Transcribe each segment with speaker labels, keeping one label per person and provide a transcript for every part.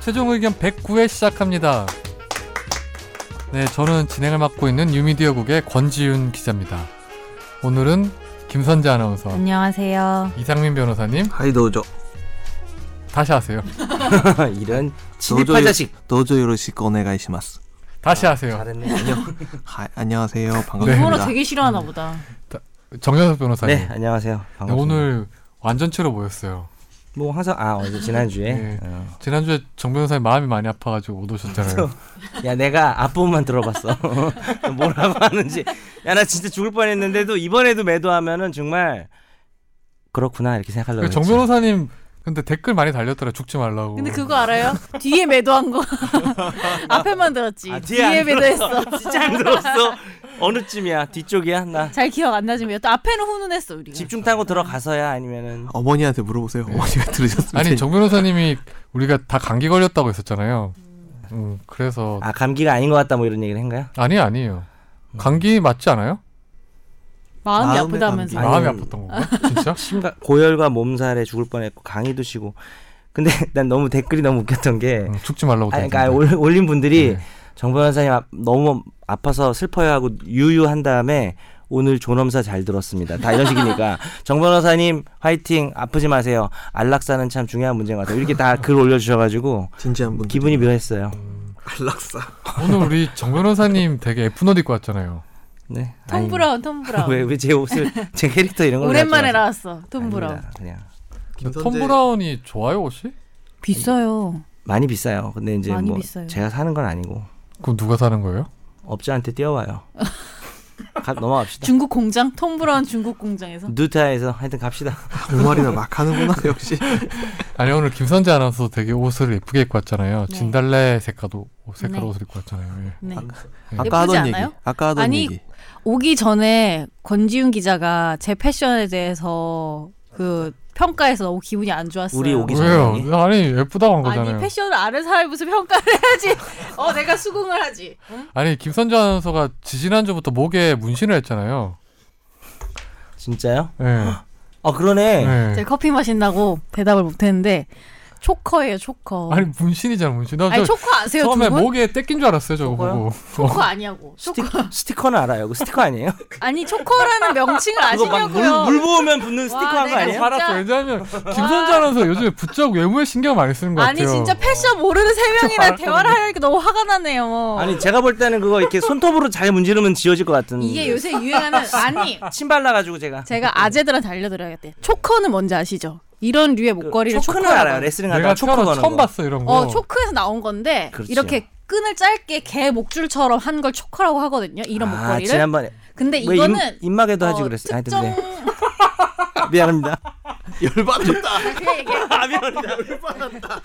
Speaker 1: 최종 의견 109회 시작합니다. 네, 저는 진행을 맡고 있는 유미디어국의 권지윤 기자입니다. 오늘은 김선재 아나운서,
Speaker 2: 어.
Speaker 3: 안녕하세요.
Speaker 1: 이상민 변호사님,
Speaker 4: 하이 도저
Speaker 1: 다시 하세요.
Speaker 4: 이런
Speaker 2: 진입한 자식.
Speaker 4: 도저 요로시 오네가이시마스
Speaker 1: 다시 하세요.
Speaker 2: 잘했네. 안녕.
Speaker 4: 하,
Speaker 1: 네.
Speaker 4: 안녕하세요
Speaker 3: 영어로
Speaker 4: 반갑습니다
Speaker 3: 되게 싫어하나 보다.
Speaker 1: 정현석 변호사님.
Speaker 2: 네, 안녕하세요.
Speaker 1: 네,
Speaker 2: 반갑습니다.
Speaker 1: 오늘 완전체로 모였어요.
Speaker 2: 뭐 항상 아 어제 지난주에
Speaker 1: 네.
Speaker 2: 어.
Speaker 1: 지난주에 정 변호사님 마음이 많이 아파가지고 못 오셨잖아요.
Speaker 2: 그렇죠. 야 내가 앞부분만 들어봤어. 뭐라고 하는지. 야 나 진짜 죽을 뻔했는데도 이번에도 매도하면은 정말 그렇구나 이렇게 생각하려고.
Speaker 1: 정
Speaker 2: 했지.
Speaker 1: 변호사님 근데 댓글 많이 달렸더라. 죽지 말라고.
Speaker 3: 근데 그거 알아요? 뒤에 매도한 거 앞에만 들었지.
Speaker 2: 아,
Speaker 3: 뒤에,
Speaker 2: 안
Speaker 3: 매도했어.
Speaker 2: 들었어. 진짜 안 들었어. 어느 쯤이야? 뒤쪽이야? 나
Speaker 3: 잘 기억 안 나지만 또 앞에는 훈훈했어 우리가.
Speaker 2: 집중 타고 들어가서야 아니면은
Speaker 4: 어머니한테 물어보세요 어머니가 들으셨을
Speaker 1: 아니
Speaker 4: 테니.
Speaker 1: 정 변호사님이 우리가 다 감기 걸렸다고 했었잖아요. 음, 그래서
Speaker 2: 아 감기가 아닌 것 같다 뭐 이런 얘기를 한가요?
Speaker 1: 아니 아니에요. 감기 맞지 않아요?
Speaker 3: 마음이
Speaker 4: 마음의
Speaker 3: 아프다면서.
Speaker 4: 감기.
Speaker 1: 마음이
Speaker 2: 아니.
Speaker 1: 아팠던 건가? 진짜?
Speaker 2: 심각 고열과 몸살에 죽을 뻔했고 강의도 쉬고. 근데 난 너무 댓글이 너무 웃겼던 게
Speaker 1: 응, 죽지 말라고.
Speaker 2: 아,
Speaker 1: 돼
Speaker 2: 그러니까
Speaker 1: 있는데.
Speaker 2: 올- 올린 분들이
Speaker 1: 네.
Speaker 2: 정 변호사님 아- 너무 아파서 슬퍼요하고 유유한 다음에 오늘 존엄사 잘 들었습니다. 다 이런 식이니까 정 변호사님 화이팅 아프지 마세요. 안락사는 참 중요한 문제인 것 같아요. 이렇게 다 글 올려주셔가지고
Speaker 4: 진지한 분
Speaker 2: 기분이 묘했어요.
Speaker 4: 안락사
Speaker 1: 오늘 우리 정 변호사님 되게 예쁜 옷 입고 왔잖아요.
Speaker 2: 네.
Speaker 3: 톰 브라운, 톰 브라운.
Speaker 2: 왜왜 제 옷을 제 캐릭터 이런 걸
Speaker 3: 오랜만에 나왔어. 톰 브라운.
Speaker 2: 톰브라 그냥
Speaker 1: 톰 브라운이 좋아요 옷이?
Speaker 3: 비싸요.
Speaker 2: 많이 비싸요. 근데 이제
Speaker 3: 많이
Speaker 2: 뭐
Speaker 3: 비싸요.
Speaker 2: 제가 사는 건 아니고
Speaker 1: 그럼 누가 사는 거예요?
Speaker 2: 업자한테 뛰어와요. 가, 넘어갑시다.
Speaker 3: 중국 공장, 톰 브라운 중국 공장에서.
Speaker 2: 누타에서 하여튼 갑시다.
Speaker 4: 말이나 막 하는구나 역시
Speaker 1: 아니 오늘 김선재 아나운서 되게 옷을 예쁘게 입고 왔잖아요.
Speaker 3: 네.
Speaker 1: 진달래 색깔도 색깔
Speaker 3: 네.
Speaker 1: 옷을 입고 왔잖아요. 예.
Speaker 3: 네.
Speaker 4: 아까 하던 얘기
Speaker 3: 않아요?
Speaker 4: 아까 하던
Speaker 3: 아니,
Speaker 4: 얘기
Speaker 3: 오기 전에 권지윤 기자가 제 패션에 대해서 그 평가해서 너무 기분이 안 좋았어요.
Speaker 2: 우리 오기 전에.
Speaker 1: 왜요?
Speaker 2: 이상하게.
Speaker 1: 아니 예쁘다고 한 거잖아요.
Speaker 3: 아니 패션을 아는 사람이 무슨 평가를 해야지. 어 내가 수긍을 하지. 응?
Speaker 1: 아니 김선재 아나운서가 지지난주부터 목에 문신을 했잖아요.
Speaker 2: 진짜요?
Speaker 1: 예.
Speaker 2: 아 그러네.
Speaker 1: 예.
Speaker 3: 제가 커피 마신다고 대답을 못했는데 초커예요 초커.
Speaker 1: 아니 문신이잖아 문신. 나
Speaker 3: 아니,
Speaker 1: 저
Speaker 3: 초커 아세요 두
Speaker 1: 처음에 뭐
Speaker 3: 분?
Speaker 1: 목에 떼낀 줄 알았어요 저거
Speaker 2: 저거요?
Speaker 1: 보고.
Speaker 3: 초커 아니냐고. 초커
Speaker 2: 스티커, 스티커는 알아요. 그 스티커 아니에요?
Speaker 3: 아니 초커라는 명칭을
Speaker 2: 그거 막 물,
Speaker 3: 아시냐고요.
Speaker 2: 물 부으면 붙는 스티커
Speaker 3: 와,
Speaker 2: 한 거
Speaker 3: 내가
Speaker 2: 아니에요?
Speaker 3: 화-
Speaker 1: 알았어. 왜냐하면 김선재 아나운서 요즘에 부쩍 외모에 신경 많이 쓰는 것
Speaker 3: 아니
Speaker 1: 같아요.
Speaker 3: 진짜 패션 모르는 세 명이랑 대화를 하려니까 너무 화가 나네요.
Speaker 2: 아니 제가 볼 때는 그거 이렇게 손톱으로 잘 문지르면 지워질 것 같은.
Speaker 3: 이게 요새 유행하는 아니
Speaker 2: 침 발라가지고 제가.
Speaker 3: 제가 아재들한테 알려드려야겠대. 초커는 뭔지 아시죠? 이런 류의 목걸이를
Speaker 2: 그 초크는
Speaker 3: 초커라고
Speaker 2: 알아요.
Speaker 3: 해요.
Speaker 2: 레슬링
Speaker 1: 내가
Speaker 2: 하다가 초크 거는
Speaker 1: 태어나 처음
Speaker 2: 거.
Speaker 1: 봤어 이런 거.
Speaker 3: 어, 초크에서 나온 건데
Speaker 2: 그렇죠.
Speaker 3: 이렇게 끈을 짧게 개 목줄처럼 한 걸 초커라고 하거든요. 이런
Speaker 2: 아,
Speaker 3: 목걸이를.
Speaker 2: 지난번에
Speaker 3: 근데
Speaker 2: 왜 입,
Speaker 3: 이거는
Speaker 2: 입마개도 하지
Speaker 3: 어,
Speaker 2: 그랬어요. 하여튼
Speaker 3: 특정
Speaker 2: 네.
Speaker 1: 아,
Speaker 2: 미안합니다.
Speaker 4: 열받았다
Speaker 3: 그 얘기.
Speaker 2: 아 미안합니다.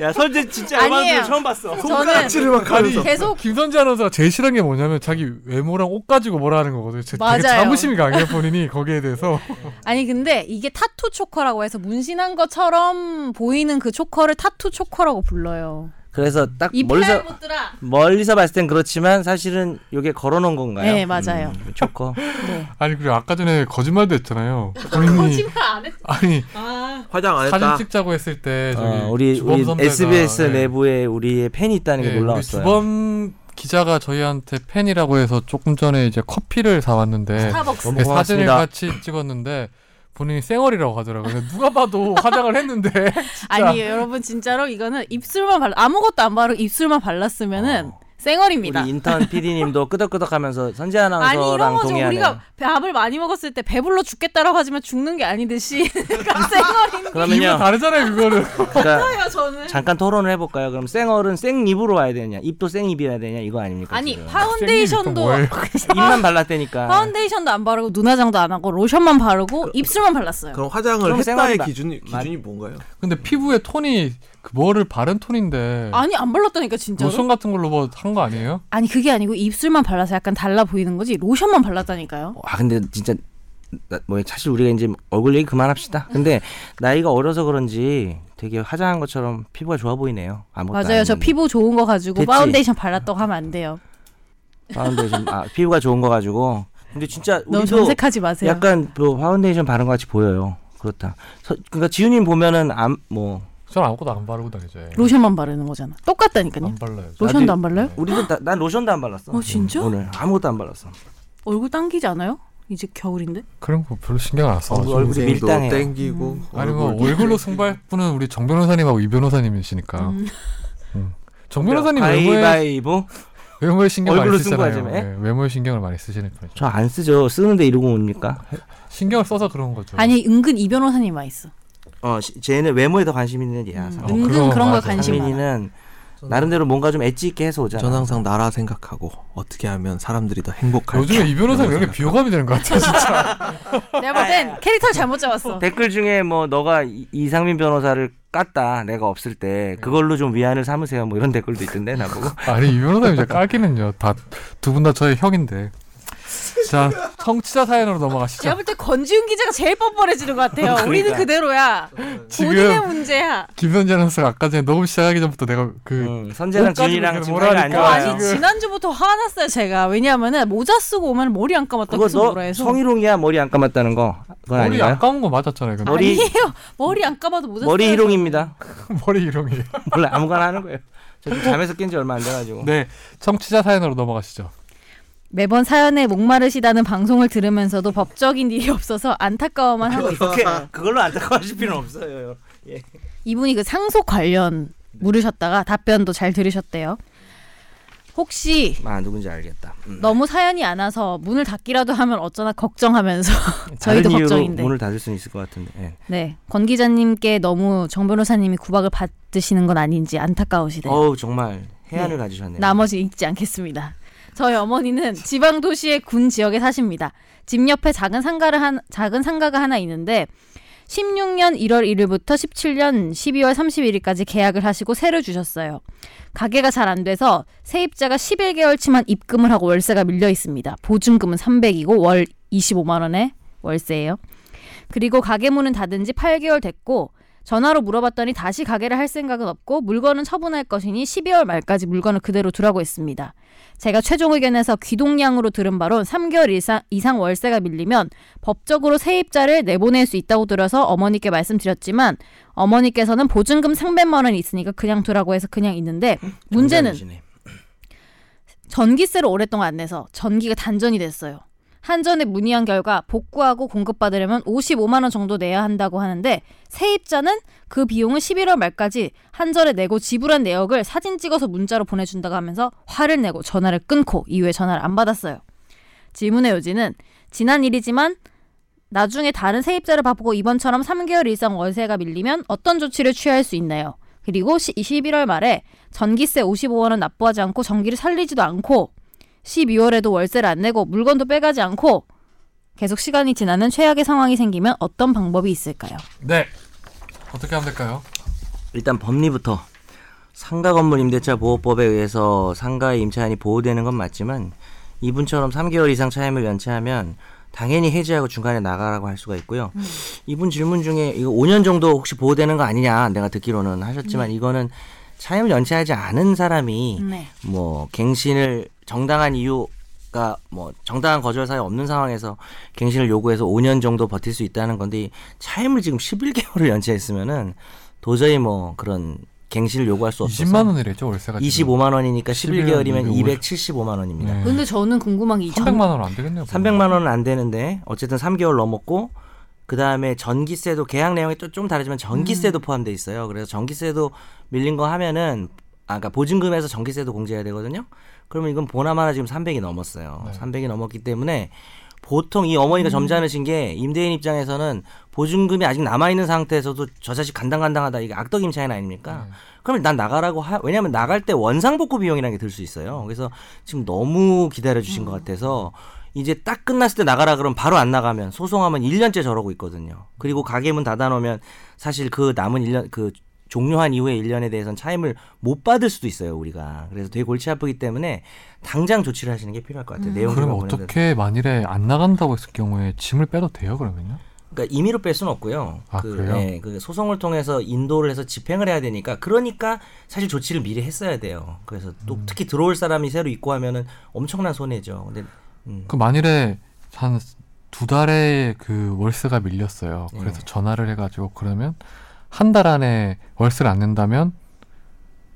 Speaker 2: 야 설제 진짜
Speaker 3: 아니에요.
Speaker 2: 얼마나 처음 봤어.
Speaker 3: 저는
Speaker 4: 막 하면서
Speaker 3: 계속
Speaker 1: 김선재 아나운서가 제일 싫은 게 뭐냐면 자기 외모랑 옷 가지고 뭐라 하는 거거든요. 제-
Speaker 3: 맞아요.
Speaker 1: 되게 자부심이 강해요 본인이 거기에 대해서.
Speaker 3: 아니 근데 이게 타투 초커라고 해서 문신한 것처럼 보이는 그 초커를 타투 초커라고 불러요.
Speaker 2: 그래서 딱
Speaker 3: 이
Speaker 2: 멀리서
Speaker 3: 팔 못들아.
Speaker 2: 멀리서 봤을 땐 그렇지만 사실은 요게 걸어놓은 건가요?
Speaker 3: 네, 맞아요.
Speaker 2: 음, 초코
Speaker 3: 네.
Speaker 1: 아니 그리고 아까 전에 거짓말도 했잖아요. 본인이
Speaker 3: 거짓말 안 했어.
Speaker 1: 아니
Speaker 3: 아.
Speaker 4: 화장 안
Speaker 1: 사진
Speaker 4: 했다
Speaker 1: 찍자고 했을 때 저기
Speaker 2: 어, 우리
Speaker 1: 주범
Speaker 2: 우리
Speaker 1: 선배가,
Speaker 2: SBS
Speaker 1: 예.
Speaker 2: 내부에 우리의 팬이 있다는 게
Speaker 1: 예, 우리
Speaker 2: 놀라웠어요.
Speaker 1: 주범 기자가 저희한테 팬이라고 해서 조금 전에 이제 커피를 사왔는데
Speaker 3: 스타벅스.
Speaker 1: 네, 사진을
Speaker 2: 고맙습니다.
Speaker 1: 같이 찍었는데 본인이 쌩얼이라고 하더라고요. 근데 누가 봐도 화장을 했는데
Speaker 3: 아니 여러분 진짜로 이거는 입술만 발 아무것도 안 바르고 입술만 발랐으면은 쌩얼입니다.
Speaker 2: 어. 우리 인턴 PD님도 끄덕끄덕하면서 선재
Speaker 3: 아니 이런
Speaker 2: 아나운서랑
Speaker 3: 거죠.
Speaker 2: 동의하는.
Speaker 3: 우리가 밥을 많이 먹었을 때 배불러 죽겠다라고 하지만 죽는 게 아니듯이 그러니까 쌩얼인
Speaker 1: 기분
Speaker 2: 그러면요.
Speaker 1: 다르잖아요 그거는.
Speaker 2: 그러니까
Speaker 3: 거예요 저는.
Speaker 2: 잠깐 토론을 해볼까요? 그럼 생얼은 생립으로 와야 되냐? 입도 생입이어야 되냐? 이거 아닙니까?
Speaker 3: 아니
Speaker 2: 지금?
Speaker 1: 쌤이 또
Speaker 3: 파운데이션도
Speaker 1: 뭐예요?
Speaker 2: 입만 아. 발랐다니까.
Speaker 3: 파운데이션도 안 바르고 눈화장도 안 하고 로션만 바르고 입술만 발랐어요.
Speaker 4: 그럼 화장을
Speaker 2: 그, 그럼
Speaker 4: 했다의
Speaker 2: 생활이다.
Speaker 4: 기준이 기준이 뭔가요?
Speaker 1: 근데 피부의 톤이 그 뭐를 바른 톤인데
Speaker 3: 아니 안 발랐다니까 진짜로.
Speaker 1: 로션 같은 걸로 뭐 한 거 아니에요?
Speaker 3: 아니 그게 아니고 입술만 발라서 약간 달라 보이는 거지 로션만 발랐다니까요.
Speaker 2: 아 근데 진짜 나- 뭐 사실 우리가 이제 얼굴 얘기 그만합시다. 근데 나이가 어려서 그런지 되게 화장한 것처럼 피부가 좋아 보이네요. 아무것도
Speaker 3: 맞아요. 저 피부 좋은 거 가지고
Speaker 2: 뭐 됐지.
Speaker 3: 파운데이션 발랐다고 하면 안 돼요.
Speaker 2: 파운데이션 아, 피부가 좋은 거 가지고. 근데 진짜
Speaker 3: 너무
Speaker 2: 우리도
Speaker 3: 정색하지 마세요.
Speaker 2: 뭐 약간 그 파운데이션 바른 것 같이 보여요. 그렇다. 서, 그러니까 지훈님 보면은 암뭐
Speaker 1: 전 아무것도 안 바르고 다니죠.
Speaker 3: 로션만 바르는 거잖아. 똑같다니까요.
Speaker 1: 안 발라요. 저.
Speaker 3: 로션도
Speaker 2: 나도-
Speaker 3: 안 발라요?
Speaker 2: 우리도 다, 난 로션도 안 어, 발랐어.
Speaker 3: 어 진짜?
Speaker 2: 오늘 아무것도 안 발랐어.
Speaker 3: 얼굴 당기지 않아요? 이제 겨울인데?
Speaker 1: 아, 그런 거 별로 신경 안 써.
Speaker 2: 어, 얼굴- 얼굴이 밀당해요.
Speaker 4: 땡기고
Speaker 1: 아니 뭐
Speaker 4: 얼굴도
Speaker 1: 얼굴로
Speaker 4: 땡기고.
Speaker 1: 승부할 분은 우리 정 변호사님하고 이 변호사님이시니까.
Speaker 2: 아,
Speaker 3: 음.
Speaker 1: 음. 정 변호사님 외모에
Speaker 2: 가위바위보.
Speaker 1: 외모에 신경 많이
Speaker 2: 얼굴로
Speaker 1: 쓰잖아요.
Speaker 2: 승부하자며?
Speaker 1: 예, 외모에 신경을 많이 쓰시는 분이죠.
Speaker 2: 저 안 쓰죠. 쓰는데 이러고 옵니까?
Speaker 1: 신경을 써서 그런 거죠.
Speaker 3: 음. 아니 은근 이 변호사님 와 있어.
Speaker 2: 어, 시- 쟤는 외모에 더 관심 있는 얘야.
Speaker 3: 음,
Speaker 1: 어,
Speaker 3: 은근
Speaker 1: 그거
Speaker 3: 그런 거에
Speaker 1: 맞아.
Speaker 3: 관심 많아.
Speaker 2: 상민이는 나름대로 뭔가 좀 엣지 있게 해서 오잖아.
Speaker 4: 전 항상 나라 생각하고 어떻게 하면 사람들이 더 행복할까.
Speaker 1: 요즘에 이 변호사님 왜 이렇게 비호감이 되는 것 같아 진짜.
Speaker 3: 내가 볼 땐 캐릭터를 잘못 잡았어.
Speaker 2: 댓글 중에 뭐 너가 이- 이상민 변호사를 깠다 내가 없을
Speaker 1: 네.
Speaker 2: 때 그걸로 좀 위안을 삼으세요 뭐 이런 댓글도 있던데 나보고
Speaker 1: 아니 이 변호사님 이제 깔기는요. 다 두 분 다 저의 형인데. 자 청취자 사연으로
Speaker 3: 제가
Speaker 1: 넘어가시죠.
Speaker 3: 볼 때 권지훈 기자가 제일 뻔뻔해지는 것 같아요.
Speaker 2: 그러니까.
Speaker 3: 우리는 그대로야. 본인의
Speaker 1: 지금
Speaker 3: 문제야.
Speaker 1: 김현재 아나운서가 아까 전에 녹음 시작하기 전부터 내가 그
Speaker 2: 음, 선재랑
Speaker 1: 옷까지
Speaker 2: 지훈이랑
Speaker 1: 그렇게
Speaker 2: 그러니까 지금 사이가 안
Speaker 1: 뭐라니까.
Speaker 3: 와,
Speaker 2: 좋아요
Speaker 3: 어, 아니
Speaker 1: 지금-
Speaker 3: 지난주부터 화났어요 제가. 왜냐하면은 모자 쓰고 오면 머리 안 감았다고
Speaker 2: 그거
Speaker 3: 계속 뭐라
Speaker 2: 너
Speaker 3: 해서.
Speaker 2: 성희롱이야 머리 안 감았다는 거 그건
Speaker 1: 머리
Speaker 2: 아닌가요? 어?
Speaker 1: 안 감은 거 맞았잖아요. 근데.
Speaker 2: 머리-
Speaker 3: 아니에요. 머리 안 감아도 모자
Speaker 2: 머리
Speaker 3: 써요.
Speaker 2: 희롱입니다
Speaker 1: 머리 이름이.
Speaker 2: 몰라 아무거나 하는 거예요 저 지금 잠에서 깬 지 얼마 안 돼가지고
Speaker 1: 네 청취자 사연으로 넘어가시죠.
Speaker 3: 매번 사연에 목마르시다는 방송을 들으면서도 법적인 일이 없어서 안타까워만 하고 있어요.
Speaker 2: 그렇게 그걸로 안타까워하실 필요는 없어요
Speaker 3: 이분이 그 상속 관련 물으셨다가 답변도 잘 들으셨대요. 혹시
Speaker 2: 아 누군지 알겠다 음.
Speaker 3: 너무 사연이 안 와서 문을 닫기라도 하면 어쩌나 걱정하면서
Speaker 2: 다른
Speaker 3: 저희도
Speaker 2: 이유로
Speaker 3: 걱정인데.
Speaker 2: 문을 닫을 수는 있을 것 같은데 예.
Speaker 3: 네, 권 기자님께 너무 정 변호사님이 구박을 받으시는 건 아닌지 안타까우시대요.
Speaker 2: 어우 정말 해안을
Speaker 3: 네.
Speaker 2: 가지셨네요
Speaker 3: 나머지 읽지 않겠습니다. 저희 어머니는 지방 도시의 군 지역에 사십니다. 집 옆에 작은 상가를 한 작은 상가가 하나 있는데 16년 1월 1일부터 17년 12월 31일까지 계약을 하시고 세를 주셨어요. 가게가 잘 안 돼서 세입자가 11개월치만 입금을 하고 월세가 밀려 있습니다. 보증금은 300이고 월 25만 원에 월세예요. 그리고 가게 문은 닫은 지 8개월 됐고 전화로 물어봤더니 다시 가게를 할 생각은 없고 물건은 처분할 것이니 12월 말까지 물건을 그대로 두라고 했습니다. 제가 최종 의견에서 귀동량으로 들은 바론 3개월 이상, 이상 월세가 밀리면 법적으로 세입자를 내보낼 수 있다고 들어서 어머니께 말씀드렸지만 어머니께서는 보증금 300만 원이 있으니까 그냥 두라고 해서 그냥 있는데 문제는
Speaker 2: 정답이시네.
Speaker 3: 전기세를 오랫동안 안 내서 전기가 단전이 됐어요. 한전에 문의한 결과 복구하고 공급받으려면 55만 원 정도 내야 한다고 하는데 세입자는 그 비용을 11월 말까지 한전에 내고 지불한 내역을 사진 찍어서 문자로 보내준다고 하면서 화를 내고 전화를 끊고 이후에 전화를 안 받았어요. 질문의 요지는 지난 일이지만 나중에 다른 세입자를 바꾸고 이번처럼 3개월 이상 월세가 밀리면 어떤 조치를 취할 수 있나요? 그리고 시- 11월 말에 전기세 55만 원 납부하지 않고 전기를 살리지도 않고 12월에도 월세를 안 내고 물건도 빼가지 않고 계속 시간이 지나는 최악의 상황이 생기면 어떤 방법이 있을까요?
Speaker 1: 네 어떻게 하면 될까요?
Speaker 2: 일단 법리부터 상가 건물 임대차 보호법에 의해서 상가의 임차인이 보호되는 건 맞지만 이분처럼 3개월 이상 차임을 연체하면 당연히 해지하고 중간에 나가라고 할 수가 있고요. 이분 질문 중에 이거 5년 정도 혹시 보호되는 거 아니냐 내가 듣기로는 하셨지만 이거는 차임을 연체하지 않은 사람이
Speaker 3: 네.
Speaker 2: 뭐 갱신을 정당한 이유가 뭐 정당한 거절 사유 없는 상황에서 갱신을 요구해서 5년 정도 버틸 수 있다는 건데 이 차임을 지금 11개월을 연체했으면은 도저히 뭐 그런 갱신을 요구할 수 없어서
Speaker 1: 20만 원이랬죠 월세가. 지금.
Speaker 2: 25만 원이니까 11개월이면
Speaker 1: 11개월.
Speaker 2: 275만 원입니다.
Speaker 1: 네.
Speaker 3: 근데 저는 궁금한 게
Speaker 1: 300만
Speaker 3: 이전
Speaker 1: 원 안 되겠네요.
Speaker 2: 300만 원은 안 되는데 어쨌든 3개월 넘었고 그다음에 전기세도 계약 내용이 또 좀 다르지만
Speaker 1: 음.
Speaker 2: 전기세도 포함돼 있어요. 그래서 전기세도 밀린 거 하면은 아까 그러니까 보증금에서 전기세도 공제해야 되거든요. 그러면 이건 보나마나 지금 300이 넘었어요.
Speaker 1: 네.
Speaker 2: 300이 넘었기 때문에 보통 이
Speaker 1: 음.
Speaker 2: 어머니가 점잖으신 게 임대인 입장에서는 보증금이 아직 남아 있는 상태에서도 저 자식 간당간당하다 이게 악덕 임차인 아닙니까?
Speaker 1: 네.
Speaker 2: 그러면 난 나가라고 하 왜냐면 나갈 때 원상복구 비용이라는 게 들 수 있어요. 그래서 지금 너무 기다려 주신
Speaker 1: 음.
Speaker 2: 것 같아서 이제 딱 끝났을 때 나가라 그러면 바로 안 나가면 소송하면 1년째 저러고 있거든요. 그리고 가게 문 닫아 놓으면 사실 그 남은 1년 그 종료한 이후에 1년에 대해서는 차임을 못 받을 수도 있어요, 우리가. 그래서 되게 골치 아프기 때문에 당장 조치를 하시는 게 필요할 것 같아요. 내용
Speaker 1: 음. 그러면
Speaker 2: 보내는 데는.
Speaker 1: 어떻게 만일에 안 나간다고 했을 경우에 짐을 빼도 돼요 그러면요?
Speaker 2: 그러니까 임의로 뺄 수는 없고요.
Speaker 1: 아,
Speaker 2: 그,
Speaker 1: 그래요?
Speaker 2: 예, 그 소송을 통해서 인도를 해서 집행을 해야 되니까 그러니까 사실 조치를 미리 했어야 돼요. 그래서 또
Speaker 1: 음.
Speaker 2: 특히 들어올 사람이 새로 있고 하면은 엄청난 손해죠. 근데 음,
Speaker 1: 그 만일에 한 두 달에 그 월세가 밀렸어요. 그래서 전화를 해가지고 그러면 한 달 안에 월세를 안 낸다면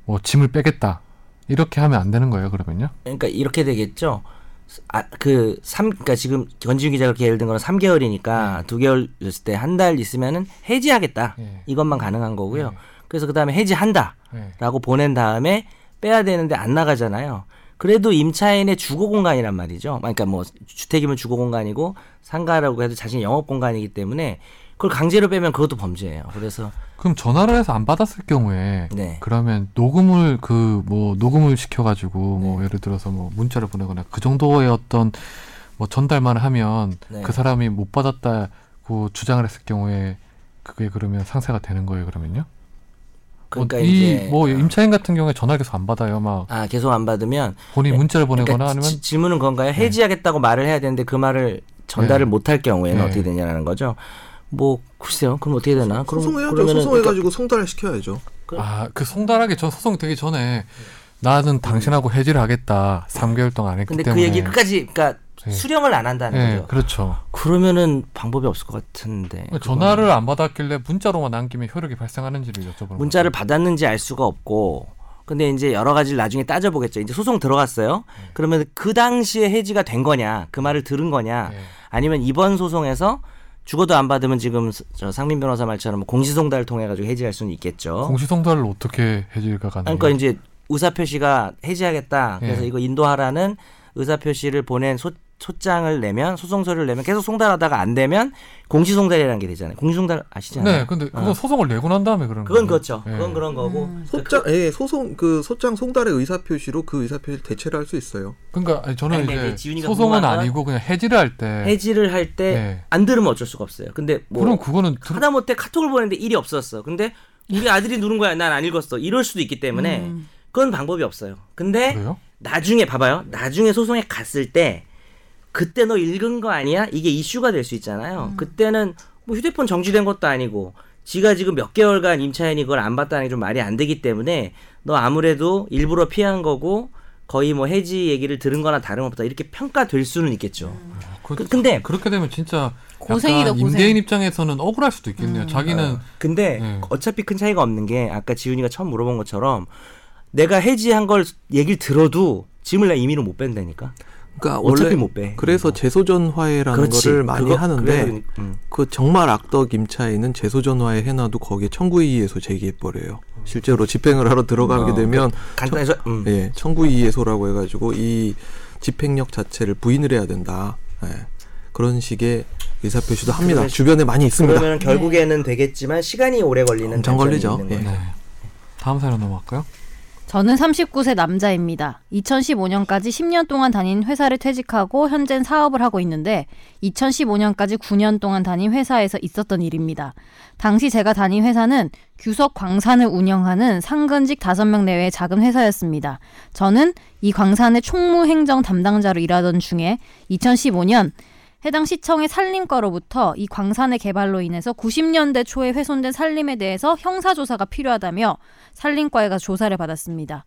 Speaker 1: 뭐 짐을 빼겠다 이렇게 하면 안 되는 거예요 그러면요?
Speaker 2: 그러니까 이렇게 되겠죠. 아, 그, 삼, 그니까 지금 권지윤 기자가 이렇게 예를 든 거는
Speaker 1: 네.
Speaker 2: 3개월이니까 두개월 있을 때 한 달 있으면은 해지하겠다.
Speaker 1: 예.
Speaker 2: 이것만 가능한 거고요.
Speaker 1: 네.
Speaker 2: 그래서 그 다음에 해지한다.
Speaker 1: 네.
Speaker 2: 라고 보낸 다음에 빼야 되는데 안 나가잖아요. 그래도 임차인의 주거 공간이란 말이죠. 아니, 그러니까 뭐 주택이면 주거 공간이고 상가라고 해도 자신의 영업 공간이기 때문에 그걸 강제로 빼면 그것도 범죄예요. 그래서
Speaker 1: 그럼 전화를 해서 안 받았을 경우에
Speaker 2: 네.
Speaker 1: 그러면 녹음을 그 뭐 녹음을 시켜가지고 뭐 예를 들어서 뭐 문자를 보내거나 그 정도의 어떤 뭐 전달만 하면
Speaker 2: 네.
Speaker 1: 그 사람이 못 받았다고 주장을 했을 경우에 그게 그러면 상세가 되는 거예요 그러면요?
Speaker 2: 그러니까
Speaker 1: 뭐,
Speaker 2: 이제
Speaker 1: 이뭐 임차인 같은 경우에 전화 계속 안 받아요 막
Speaker 2: 아 계속 안 받으면
Speaker 1: 본인 이
Speaker 2: 네.
Speaker 1: 문자를 보내거나
Speaker 2: 그러니까
Speaker 1: 아니면
Speaker 2: 지- 질문은 건가요? 해지하겠다고 말을 해야 되는데 그 말을 전달을
Speaker 1: 네.
Speaker 2: 못할 경우에는
Speaker 1: 네.
Speaker 2: 어떻게 되냐라는 거죠. 뭐 글쎄요. 그럼 어떻게 되나? 그럼
Speaker 4: 소송해야죠.
Speaker 2: 그러면은
Speaker 4: 소송해가지고 성달을 시켜야죠.
Speaker 1: 아 그 송달하기 전 소송 되기
Speaker 2: 네.
Speaker 1: 전에 나는 당신하고 해지를 하겠다 3개월 동안 안 했기
Speaker 2: 근데
Speaker 1: 때문에
Speaker 2: 그 얘기 끝까지 그러니까
Speaker 1: 네.
Speaker 2: 수령을 안 한다는
Speaker 1: 예
Speaker 2: 거죠. 네,
Speaker 1: 그렇죠 그러니까
Speaker 2: 그러면은 방법이 없을 것 같은데.
Speaker 1: 전화를 안 받았길래 문자로만 남기면 효력이 발생하는지를 여쭤보는
Speaker 2: 문자를 받았는지 알 수가 없고 근데 이제 여러 가지를 나중에 따져보겠죠. 이제 소송 들어갔어요.
Speaker 1: 네.
Speaker 2: 그러면 그 당시에 해지가 된 거냐, 그 말을 들은 거냐,
Speaker 1: 거죠. 예.
Speaker 2: 아니면 이번 소송에서 죽어도 안 받으면 지금 스- 저 상민 변호사 말처럼 뭐 공시송달을 통해 가지고 해지할 수는 있겠죠.
Speaker 1: 공시송달을 어떻게 해지가 가능해요?
Speaker 2: 어? 그러니까 이제 의사 표시가 해지하겠다. 그래서
Speaker 1: 예.
Speaker 2: 이거 인도하라는 의사 표시를 보낸 소, 소장을 내면 소송 서류를 내면 계속 송달하다가 안 되면 공시송달이라는 게 되잖아요. 공시송달 아시잖아요.
Speaker 1: 네, 근데 그건
Speaker 2: 어.
Speaker 1: 소송을 내고 난 다음에 그런
Speaker 2: 그건
Speaker 1: 거예요.
Speaker 2: 그렇죠.
Speaker 1: 예.
Speaker 2: 그건 그런 거고.
Speaker 4: 소장, 예, 소송 그 소장 송달의 의사 표시로 그 의사 표시를 대체를 할 수 있어요.
Speaker 1: 그러니까 아니, 저는
Speaker 2: 아니, 근데 이제
Speaker 1: 이제
Speaker 2: 지훈이가
Speaker 1: 소송은
Speaker 2: 궁금한 건
Speaker 1: 아니고 그냥 해지를 할 때.
Speaker 2: 해지를 할 때 안
Speaker 1: 예.
Speaker 2: 들으면 어쩔 수가 없어요. 근데
Speaker 1: 네.
Speaker 2: 뭐
Speaker 1: 그럼 그거는 들...
Speaker 2: 하다못해 카톡을 보냈는데 일이 없었어. 근데 우리 아들이 누른 거야. 난 안 읽었어. 이럴 수도 있기 때문에 그건 방법이 없어요. 근데
Speaker 1: 그래요?
Speaker 2: 나중에 봐봐요. 나중에 소송에 갔을 때 그때 너 읽은 거 아니야? 이게 이슈가 될 수 있잖아요. 그때는 뭐 휴대폰 정지된 것도 아니고 지가 지금 몇 개월간 임차인이 그걸 안 봤다는 게 좀 말이 안 되기 때문에 너 아무래도 일부러 피한 거고 거의 뭐 해지 얘기를 들은 거나 다름없다 이렇게 평가될 수는 있겠죠.
Speaker 1: 그,
Speaker 2: 그- 근데
Speaker 1: 그렇게 되면 진짜
Speaker 3: 고생이다,
Speaker 1: 약간
Speaker 3: 고생. 음.
Speaker 1: 임대인 입장에서는 억울할 수도 있겠네요. 자기는
Speaker 2: 근데
Speaker 1: 네.
Speaker 2: 어차피 큰 차이가 없는 게 아까 지훈이가 처음 물어본 것처럼 내가 해지한 걸 얘기를 들어도 짐을 나 임의로 못 뺀다니까.
Speaker 4: 그러니까
Speaker 2: 어차피
Speaker 4: 원래
Speaker 2: 못 빼. 음.
Speaker 4: 그래서 재소전화해라는
Speaker 2: 그렇지.
Speaker 4: 거를 많이
Speaker 2: 그거-
Speaker 4: 하는데
Speaker 2: 그래서, 음.
Speaker 4: 그 정말 악덕 임차인은 재소전화에 해놔도 거기에 청구이의해소 제기해버려요. 실제로 집행을 하러 들어가게
Speaker 2: 어,
Speaker 4: 되면
Speaker 2: 간단해서 음.
Speaker 4: 예, 청구이의해소라고 해가지고 이 집행력 자체를 부인을 해야 된다. 예, 그런 식의 의사표시도 합니다.
Speaker 2: 그러면-
Speaker 4: 주변에 많이 있습니다. 네.
Speaker 2: 그러면 결국에는 되겠지만 시간이 오래 걸리는
Speaker 4: 엄청
Speaker 2: 단점이
Speaker 4: 걸리죠.
Speaker 2: 있는
Speaker 4: 예.
Speaker 2: 거죠.
Speaker 1: 네. 다음 사연 넘어갈까요?
Speaker 3: 저는 39세 남자입니다. 2015년까지 10년 동안 다닌 회사를 퇴직하고 현재는 사업을 하고 있는데 2015년까지 9년 동안 다닌 회사에서 있었던 일입니다. 당시 제가 다닌 회사는 규석 광산을 운영하는 상근직 5명 내외의 작은 회사였습니다. 저는 이 광산의 총무 행정 담당자로 일하던 중에 2015년 해당 시청의 산림과로부터 이 광산의 개발로 인해서 90년대 초에 훼손된 산림에 대해서 형사조사가 필요하다며 산림과에 가서 조사를 받았습니다.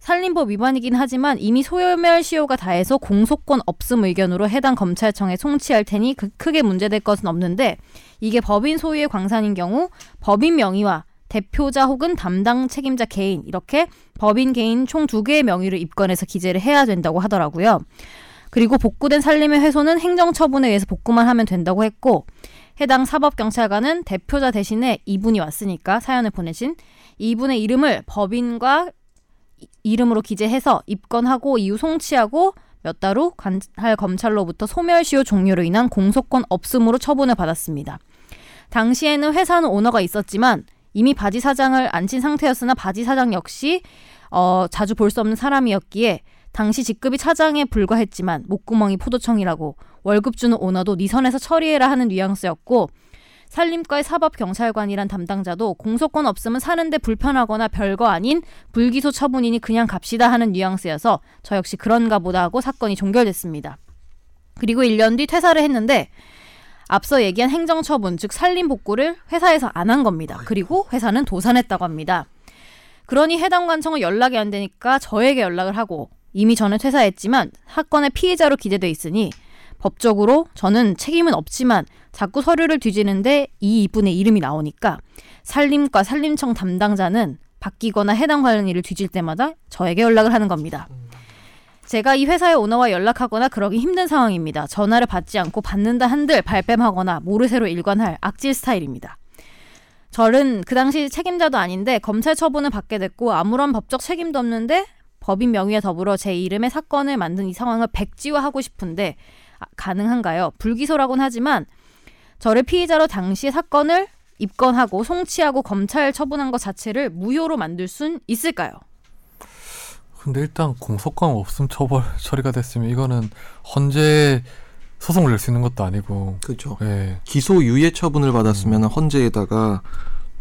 Speaker 3: 산림법 위반이긴 하지만 이미 소멸 시효가 다해서 공소권 없음 의견으로 해당 검찰청에 송치할 테니 그- 크게 문제될 것은 없는데 이게 법인 소유의 광산인 경우 법인 명의와 대표자 혹은 담당 책임자 개인 이렇게 법인 개인 총 두 개의 명의를 입건해서 기재를 해야 된다고 하더라고요. 그리고 복구된 산림의 훼손은 행정처분에 의해서 복구만 하면 된다고 했고 해당 사법경찰관은 대표자 대신에 이분이 왔으니까 사연을 보내신 이분의 이름을 법인과 이- 이름으로 기재해서 입건하고 이후 송치하고 몇 달 후 관할 검찰로부터 소멸시효 종료로 인한 공소권 없음으로 처분을 받았습니다. 당시에는 회사는 오너가 있었지만 이미 바지 사장을 앉힌 상태였으나 바지 사장 역시 어, 자주 볼 수 없는 사람이었기에 당시 직급이 차장에 불과했지만 목구멍이 포도청이라고 월급 주는 오너도 네 선에서 처리해라 하는 뉘앙스였고 산림과의 사법경찰관이란 담당자도 공소권 없으면 사는데 불편하거나 별거 아닌 불기소 처분이니 그냥 갑시다 하는 뉘앙스여서 저 역시 그런가 보다 하고 사건이 종결됐습니다. 그리고 1년 뒤 퇴사를 했는데 앞서 얘기한 행정처분 즉 산림 복구를 회사에서 안 한 겁니다. 그리고 회사는 도산했다고 합니다. 그러니 해당 관청은 연락이 안 되니까 저에게 연락을 하고 이미 저는 퇴사했지만 사건의 피해자로 기재돼 있으니 법적으로 저는 책임은 없지만 자꾸 서류를 뒤지는데 이 이분의 이름이 나오니까 산림과 산림청 담당자는 바뀌거나 해당 관련 일을 뒤질 때마다 저에게 연락을 하는 겁니다. 제가 이 회사의 오너와 연락하거나 그러기 힘든 상황입니다. 전화를 받지 않고 받는다 한들 발뺌하거나 모르쇠로 일관할 악질 스타일입니다. 저는 그 당시 책임자도 아닌데 검찰 처분을 받게 됐고 아무런 법적 책임도 없는데 법인 명의와 더불어 제 이름의 사건을 만든 이 상황을 백지화하고 싶은데 아, 가능한가요? 불기소라고는 하지만 저를 피의자로 당시 사건을 입건하고 송치하고 검찰 처분한 것 자체를 무효로 만들 순 있을까요?
Speaker 1: 근데 일단 공소권 없음 처벌 처리가 됐으면 이거는 헌재 소송을 낼 수 있는 것도 아니고
Speaker 4: 그렇죠.
Speaker 1: 예.
Speaker 4: 기소유예
Speaker 1: 음.
Speaker 4: 처분을 받았으면 헌재에다가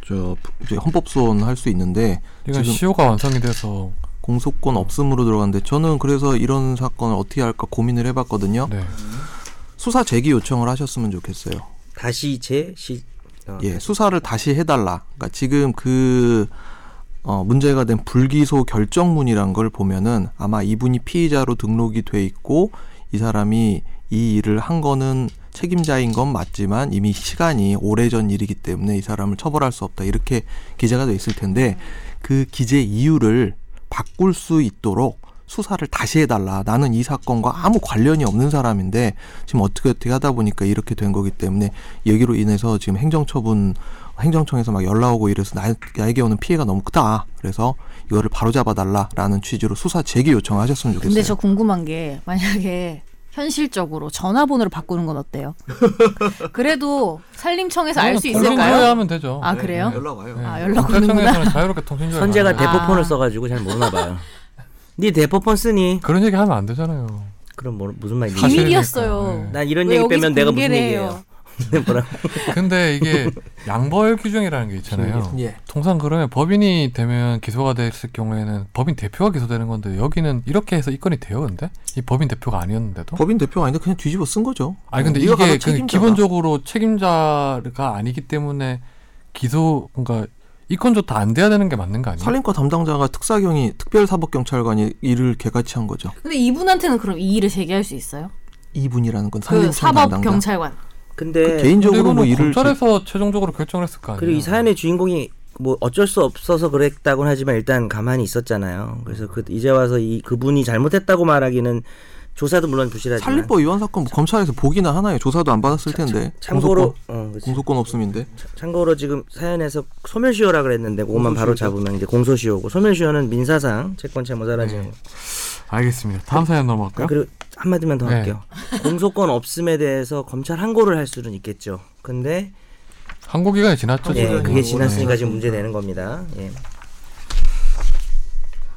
Speaker 4: 저 이제 헌법소원 할 수 있는데
Speaker 1: 이건
Speaker 4: 지금-
Speaker 1: 시효가 완성이 돼서
Speaker 4: 공소권 없음으로 들어갔는데 저는 그래서 이런 사건을 어떻게 할까 고민을 해봤거든요.
Speaker 1: 네.
Speaker 4: 수사 재기 요청을 하셨으면 좋겠어요.
Speaker 2: 다시 제시 어,
Speaker 4: 예, 수사를 다시 해달라. 그러니까 지금 그 어, 문제가 된 불기소 결정문이란 걸 보면은 아마 이분이 피의자로 등록이 돼 있고 이 사람이 이 일을 한 거는 책임자인 건 맞지만 이미 시간이 오래전 일이기 때문에 이 사람을 처벌할 수 없다 이렇게 기재가 돼 있을 텐데 그 기재 이유를 바꿀 수 있도록 수사를 다시 해달라. 나는 이 사건과 아무 관련이 없는 사람인데 지금 어떻게 어떻게 하다 보니까 이렇게 된 거기 때문에 여기로 인해서 지금 행정처분 행정청에서 막 연락 오고 이래서 나, 나에게 오는 피해가 너무 크다. 그래서 이거를 바로 잡아달라라는 취지로 수사 재기 요청하셨으면 좋겠어요.
Speaker 3: 근데 저 궁금한 게 만약에 현실적으로 전화번호를 바꾸는 건 어때요? 그래도 산림청에서 알 수
Speaker 1: 통신
Speaker 3: 있을까요?
Speaker 1: 조회하면 되죠.
Speaker 3: 아 그래요?
Speaker 4: 네, 연락 와요.
Speaker 1: 예.
Speaker 3: 아, 연락
Speaker 1: 경찰청에서는 자유롭게 통신 조회.
Speaker 2: 선재가
Speaker 1: 가능해요.
Speaker 2: 대포폰을
Speaker 3: 아.
Speaker 2: 써가지고 잘 모르나 봐요. 네 대포폰 쓰니?
Speaker 1: 그런 얘기 하면 안 되잖아요.
Speaker 2: 그럼 뭐, 무슨 말이지?
Speaker 1: 사실-
Speaker 4: 네.
Speaker 3: 비밀이었어요. 네.
Speaker 2: 난 이런
Speaker 3: 왜
Speaker 2: 얘기
Speaker 3: 여기서
Speaker 2: 빼면 내가 무슨
Speaker 3: 공개를
Speaker 2: 얘기예요? 네, 뭐라고?
Speaker 1: 근데 이게 양벌 규정이라는 게 있잖아요.
Speaker 4: 예.
Speaker 1: 통상 그러면 법인이 되면 기소가 됐을 경우에는 법인 대표가 기소되는 건데 여기는 이렇게 해서 이건이 돼요, 근데 이 법인 대표가 아니었는데도.
Speaker 4: 법인 대표가 아닌데 그냥 뒤집어 쓴 거죠.
Speaker 1: 아니 근데
Speaker 4: 네가
Speaker 1: 이게
Speaker 4: 가서
Speaker 1: 그
Speaker 4: 책임져라.
Speaker 1: 기본적으로 책임자가 아니기 때문에 기소 그러니까 이건조차 안 돼야 되는 게 맞는 거 아니에요?
Speaker 4: 살림과 담당자가 특사경이 특별사법경찰관이 일을 개같이 한 거죠.
Speaker 3: 근데 이분한테는 그럼 이 일을 제기할 수 있어요?
Speaker 4: 이분이라는 건
Speaker 3: 그
Speaker 4: 살림청
Speaker 3: 사법
Speaker 4: 담당자.
Speaker 3: 경찰관.
Speaker 2: 근데
Speaker 1: 근데
Speaker 4: 개인적으로
Speaker 1: 이거는
Speaker 4: 뭐 일을
Speaker 1: 검찰에서 최종적으로 결정을 했을 거 아니에요?
Speaker 2: 그리고 이 사연의 주인공이 뭐 어쩔 수 없어서 그랬다고는 하지만 일단 가만히 있었잖아요. 그래서 그 이제 와서 이 그분이 잘못했다고 말하기는 조사도 물론 부실하지만
Speaker 4: 살림법 위반 사건 뭐 검찰에서 보기나 하나요? 조사도 안 받았을 텐데.
Speaker 2: 참고로
Speaker 4: 공소권,
Speaker 2: 어, 그치.
Speaker 4: 공소권 없음인데.
Speaker 2: 참고로 지금 사연에서 소멸시효라 그랬는데 그것만 바로 잡으면 이제 공소시효고 소멸시효는 민사상 채권채무 사라지는
Speaker 1: 네.
Speaker 2: 거. 아,
Speaker 1: 알겠습니다. 다음 사연 넘어갈까요?
Speaker 2: 그리고 한마디만 더
Speaker 1: 네.
Speaker 2: 할게요. 공소권 없음에 대해서 검찰 항고를 할 수는 있겠죠. 근데
Speaker 1: 항고 기간이 지났죠.
Speaker 2: 예,
Speaker 1: 지금? 네,
Speaker 2: 그게
Speaker 4: 항고는
Speaker 2: 지났으니까 지금 문제 되는 겁니다. 예.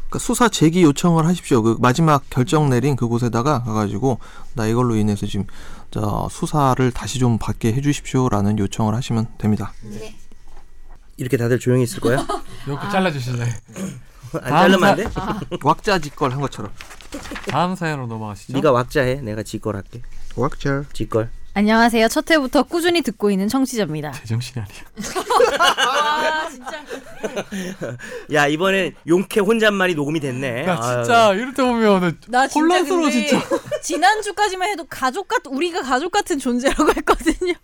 Speaker 4: 그러니까 수사 재기 요청을 하십시오. 그 마지막 결정 내린 그곳에다가 가가지고 나 이걸로 인해서 지금 저 수사를 다시 좀 받게 해주십시오라는 요청을 하시면 됩니다.
Speaker 2: 이렇게 다들 조용히 있을 거예요?
Speaker 1: 네. 이렇게 잘라주실래?
Speaker 2: 안 자르면 안 돼?
Speaker 4: 왁자지껄 한 것처럼.
Speaker 1: 다음 사연으로 넘어가시죠.
Speaker 2: 네가 왁자해. 내가 지걸 할게.
Speaker 4: 왁자.
Speaker 2: 지걸.
Speaker 3: 안녕하세요. 첫 회부터 꾸준히 듣고 있는 청취자입니다.
Speaker 1: 제정신이 아니야.
Speaker 3: 아,
Speaker 2: 야 이번에 용케 혼잣말이 녹음이 됐네.
Speaker 1: 야 진짜 이럴 때 보면 혼란스러워 진짜.
Speaker 3: 지난주까지만 해도 가족 같 우리가 가족 같은 존재라고 했거든요.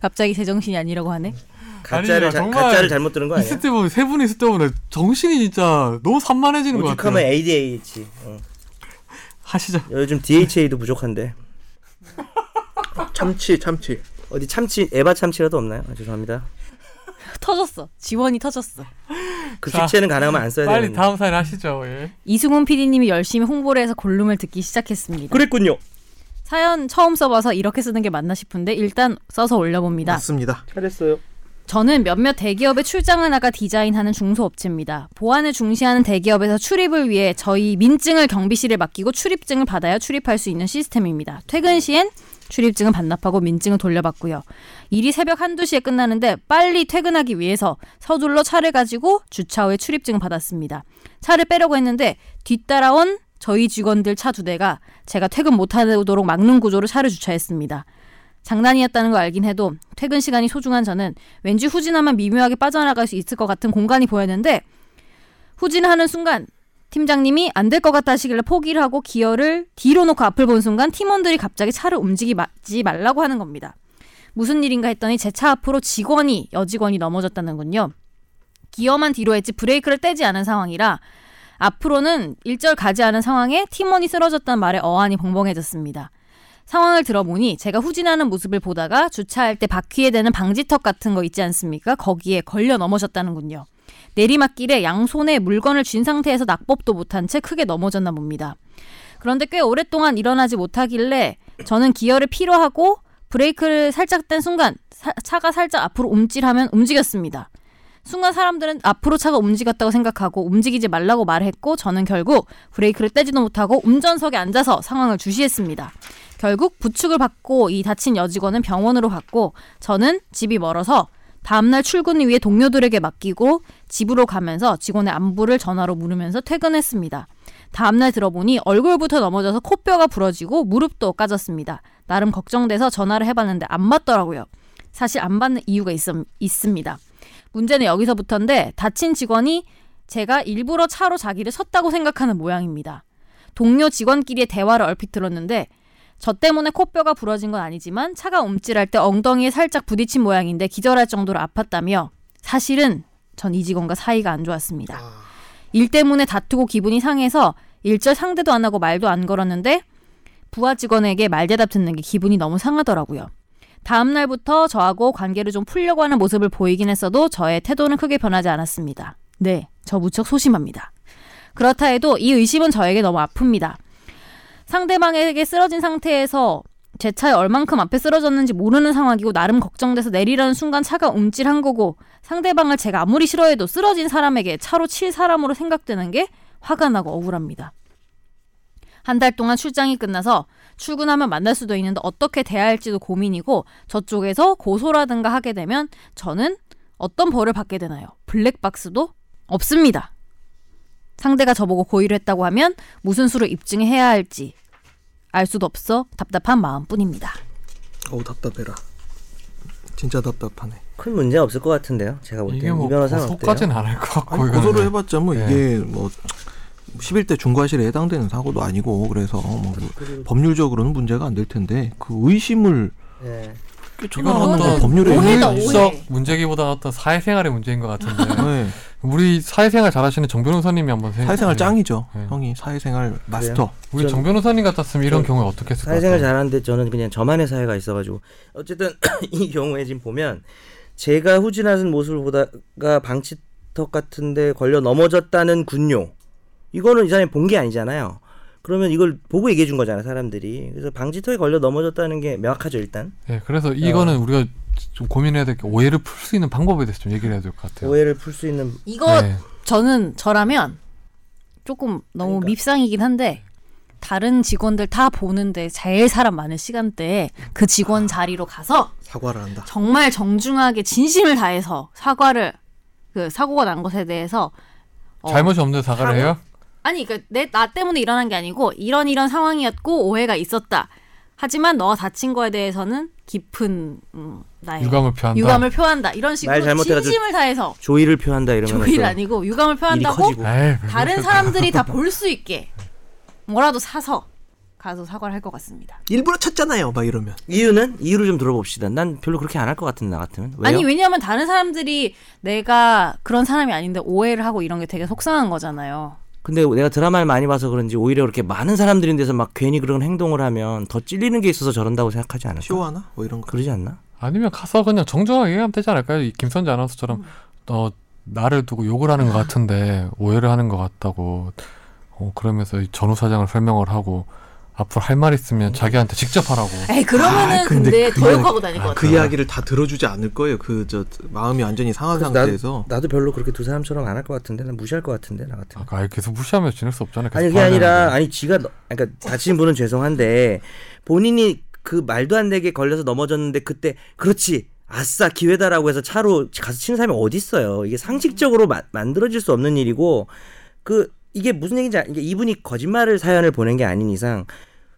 Speaker 3: 갑자기 제정신이 아니라고 하네.
Speaker 2: 아유, 가짜를
Speaker 1: 아니야,
Speaker 2: 자,
Speaker 1: 정말.
Speaker 2: 가짜를 잘못 들은 거 아니야?
Speaker 1: 있을 때 보면 세 분이 있을 때 보면 정신이 진짜 너무 산만해지는 것 같아요.
Speaker 2: 오죽하면 ADHD. 어.
Speaker 1: 하시죠.
Speaker 2: 요즘 DHA도 부족한데
Speaker 4: 참치 참치.
Speaker 2: 어디 참치 에바 참치라도 없나요? 아, 죄송합니다.
Speaker 3: 터졌어. 지원이 터졌어.
Speaker 2: 급식체는 그 가능하면 안 써야
Speaker 1: 빨리
Speaker 2: 되는데.
Speaker 1: 다음 사연 하시죠. 예.
Speaker 3: 이승훈 PD님이 열심히 홍보를 해서 골룸을 듣기 시작했습니다.
Speaker 2: 그랬군요.
Speaker 3: 사연 처음 써봐서 이렇게 쓰는 게 맞나 싶은데 일단 써서 올려봅니다.
Speaker 4: 맞습니다.
Speaker 2: 잘했어요.
Speaker 3: 저는 몇몇 대기업에 출장을 나가 디자인하는 중소업체입니다. 보안을 중시하는 대기업에서 출입을 위해 저희 민증을 경비실에 맡기고 출입증을 받아야 출입할 수 있는 시스템입니다. 퇴근 시엔 출입증을 반납하고 민증을 돌려받고요. 일이 새벽 한두 시에 끝나는데 빨리 퇴근하기 위해서 서둘러 차를 가지고 주차 후에 출입증을 받았습니다. 차를 빼려고 했는데 뒤따라온 저희 직원들 차 두 대가 제가 퇴근 못하도록 막는 구조로 차를 주차했습니다. 장난이었다는 걸 알긴 해도 퇴근 시간이 소중한 저는 왠지 후진하면 미묘하게 빠져나갈 수 있을 것 같은 공간이 보였는데 후진하는 순간 팀장님이 안 될 것 같다 하시길래 포기를 하고 기어를 뒤로 놓고 앞을 본 순간 팀원들이 갑자기 차를 움직이지 말라고 하는 겁니다. 무슨 일인가 했더니 제 차 앞으로 직원이 여직원이 넘어졌다는군요. 기어만 뒤로 했지 브레이크를 떼지 않은 상황이라 앞으로는 일절 가지 않은 상황에 팀원이 쓰러졌다는 말에 어안이 벙벙해졌습니다. 상황을 들어보니 제가 후진하는 모습을 보다가 주차할 때 바퀴에 대는 방지턱 같은 거 있지 않습니까? 거기에 걸려 넘어졌다는군요. 내리막길에 양손에 물건을 쥔 상태에서 낙법도 못한 채 크게 넘어졌나 봅니다. 그런데 꽤 오랫동안 일어나지 못하길래 저는 기어를 필요하고 브레이크를 살짝 뗀 순간 사- 차가 살짝 앞으로 움찔하면 움직였습니다. 순간 사람들은 앞으로 차가 움직였다고 생각하고 움직이지 말라고 말했고 저는 결국 브레이크를 떼지도 못하고 운전석에 앉아서 상황을 주시했습니다. 결국 부축을 받고 이 다친 여직원은 병원으로 갔고 저는 집이 멀어서 다음날 출근을 위해 동료들에게 맡기고 집으로 가면서 직원의 안부를 전화로 물으면서 퇴근했습니다. 다음날 들어보니 얼굴부터 넘어져서 코뼈가 부러지고 무릎도 까졌습니다. 나름 걱정돼서 전화를 해봤는데 안 받더라고요. 사실 안 받는 이유가 있, 있습니다. 문제는 여기서부터인데 다친 직원이 제가 일부러 차로 자기를 섰다고 생각하는 모양입니다. 동료 직원끼리의 대화를 얼핏 들었는데 저 때문에 코뼈가 부러진 건 아니지만 차가 움찔할 때 엉덩이에 살짝 부딪힌 모양인데 기절할 정도로 아팠다며 사실은 전 이 직원과 사이가 안 좋았습니다. 일 때문에 다투고 기분이 상해서 일절 상대도 안 하고 말도 안 걸었는데 부하 직원에게 말대답 듣는 게 기분이 너무 상하더라고요. 다음 날부터 저하고 관계를 좀 풀려고 하는 모습을 보이긴 했어도 저의 태도는 크게 변하지 않았습니다. 네, 저 무척 소심합니다. 그렇다 해도 이 의심은 저에게 너무 아픕니다. 상대방에게 쓰러진 상태에서 제 차에 얼만큼 앞에 쓰러졌는지 모르는 상황이고 나름 걱정돼서 내리라는 순간 차가 움찔한 거고 상대방을 제가 아무리 싫어해도 쓰러진 사람에게 차로 칠 사람으로 생각되는 게 화가 나고 억울합니다. 한 달 동안 출장이 끝나서 출근하면 만날 수도 있는데 어떻게 대해야 할지도 고민이고 저쪽에서 고소라든가 하게 되면 저는 어떤 벌을 받게 되나요? 블랙박스도 없습니다. 상대가 저보고 고의를 했다고 하면 무슨 수로 입증해야 할지 알 수도 없어 답답한 마음뿐입니다.
Speaker 4: 어우 답답해라. 진짜 답답하네.
Speaker 2: 큰 문제 없을 것 같은데요. 제가 볼
Speaker 1: 이게
Speaker 2: 때는
Speaker 1: 뭐
Speaker 2: 어, 이 변호사는 어때요?
Speaker 1: 고소까지는 안 할 것 같고
Speaker 4: 아니,
Speaker 1: 이거는.
Speaker 4: 고소를 해봤자 뭐
Speaker 1: 네.
Speaker 4: 이게 뭐 11대 중과실에 해당되는 사고도 아니고 그래서 뭐 법률적으로는 문제가 안 될 텐데 그 의심을
Speaker 2: 네.
Speaker 1: 이건
Speaker 4: 쫓아나가는 건
Speaker 1: 어떤
Speaker 4: 법률의
Speaker 3: 오해다,
Speaker 4: 의미가 있어.
Speaker 3: 오해.
Speaker 1: 법률적 문제기보다 어떤 사회생활의 문제인 것 같은데
Speaker 4: 네.
Speaker 1: 우리 사회생활 잘하시는 정 변호사님이 한번 생각-
Speaker 4: 사회생활 짱이죠.
Speaker 1: 네.
Speaker 4: 형이 사회생활 마스터.
Speaker 1: 우리 정 변호사님 같았으면 이런
Speaker 2: 전-
Speaker 1: 경우에 어떻게 했을 것
Speaker 2: 사회생활
Speaker 1: 같아요?
Speaker 2: 잘하는데 저는 그냥 저만의 사회가 있어가지고 어쨌든 이 경우에 지금 보면 제가 후진하는 모습을 보다가 방치턱 같은데 걸려 넘어졌다는 군요. 이거는 이 사람이 본 게 아니잖아요. 그러면 이걸 보고 얘기해 준 거잖아요, 사람들이. 그래서 방지턱에 걸려 넘어졌다는 게 명확하죠, 일단.
Speaker 1: 네, 그래서
Speaker 2: 어.
Speaker 1: 이거는 우리가 좀 고민해야 될 게 오해를 풀 수 있는 방법에 대해서 좀 얘기를 해야 될 것 같아요.
Speaker 2: 오해를 풀 수 있는
Speaker 3: 이거
Speaker 1: 네.
Speaker 3: 저는 저라면 조금 너무
Speaker 2: 그러니까.
Speaker 3: 밉상이긴 한데 다른 직원들 다 보는데 제일 사람 많은 시간대에 그 직원 자리로 가서
Speaker 4: 사과를 한다.
Speaker 3: 정말 정중하게 진심을 다해서 사과를 그 사고가 난 것에 대해서 어,
Speaker 1: 잘못이 없는데 사과를
Speaker 2: 사과?
Speaker 1: 해요?
Speaker 3: 아니 그러니까 그내나 때문에 일어난 게 아니고 이런 이런 상황이었고 오해가 있었다. 하지만 너가 다친 거에 대해서는 깊은 음, 나의
Speaker 1: 유감을 표한다.
Speaker 3: 유감을 표한다. 이런
Speaker 2: 날
Speaker 3: 식으로
Speaker 2: 잘못해가지고
Speaker 3: 진심을 다해서
Speaker 2: 조의를 표한다 이러면
Speaker 3: 조일
Speaker 2: 또
Speaker 3: 아니고 유감을
Speaker 2: 일이
Speaker 3: 표한다고
Speaker 2: 커지고
Speaker 1: 에이, 왜
Speaker 3: 다른
Speaker 1: 그래.
Speaker 3: 사람들이 다 볼 수 있게 뭐라도 사서 가서 사과를 할 것 같습니다.
Speaker 4: 일부러 쳤잖아요. 막 이러면.
Speaker 2: 이유는 이유를 좀 들어봅시다. 난 별로 그렇게 안 할 것 같은데 나 같으면 왜요?
Speaker 3: 아니 왜냐하면 다른 사람들이 내가 그런 사람이 아닌데 오해를 하고 이런 게 되게 속상한 거잖아요.
Speaker 2: 근데 내가 드라마를 많이 봐서 그런지 오히려 그렇게 많은 사람들인 데서 막 괜히 그런 행동을 하면 더 찔리는 게 있어서 저런다고 생각하지 않을까?
Speaker 4: 쇼하나? 뭐 이런 거.
Speaker 2: 그러지 않나?
Speaker 1: 아니면 가서 그냥 정정하게 얘기하면 되지 않을까요? 이 김선재 아나운서처럼 어, 나를 두고 욕을 하는 것 같은데 오해를 하는 것 같다고 어, 그러면서 이 전후 사장을 설명을 하고 앞으로 할 말 있으면 자기한테 직접 하라고
Speaker 3: 에이 그러면은
Speaker 4: 아, 근데
Speaker 3: 근데, 더
Speaker 4: 그게-
Speaker 3: 욕하고 다닐 것 같아.
Speaker 4: 그 이야기를 다 들어주지 않을 거예요. 그 저 마음이 완전히 상한 상태에서.
Speaker 2: 나도 별로 그렇게 두 사람처럼 안 할 것 같은데 난 무시할 것 같은데 나 같으면.
Speaker 1: 아까 아예 계속 무시하면 지낼 수 없잖아요. 계속
Speaker 2: 아니 그게
Speaker 1: 봐야
Speaker 2: 아니라
Speaker 1: 되는데.
Speaker 2: 아니 지가 너- 그러니까 다친 분은 죄송한데 본인이 그 말도 안 되게 걸려서 넘어졌는데 그때 그렇지 아싸 기회다라고 해서 차로 가서 치는 사람이 어디 있어요 이게 상식적으로 마- 만들어질 수 없는 일이고 그 이게 무슨 얘기인지 알- 이게 이분이 거짓말을 사연을 보낸 게 아닌 이상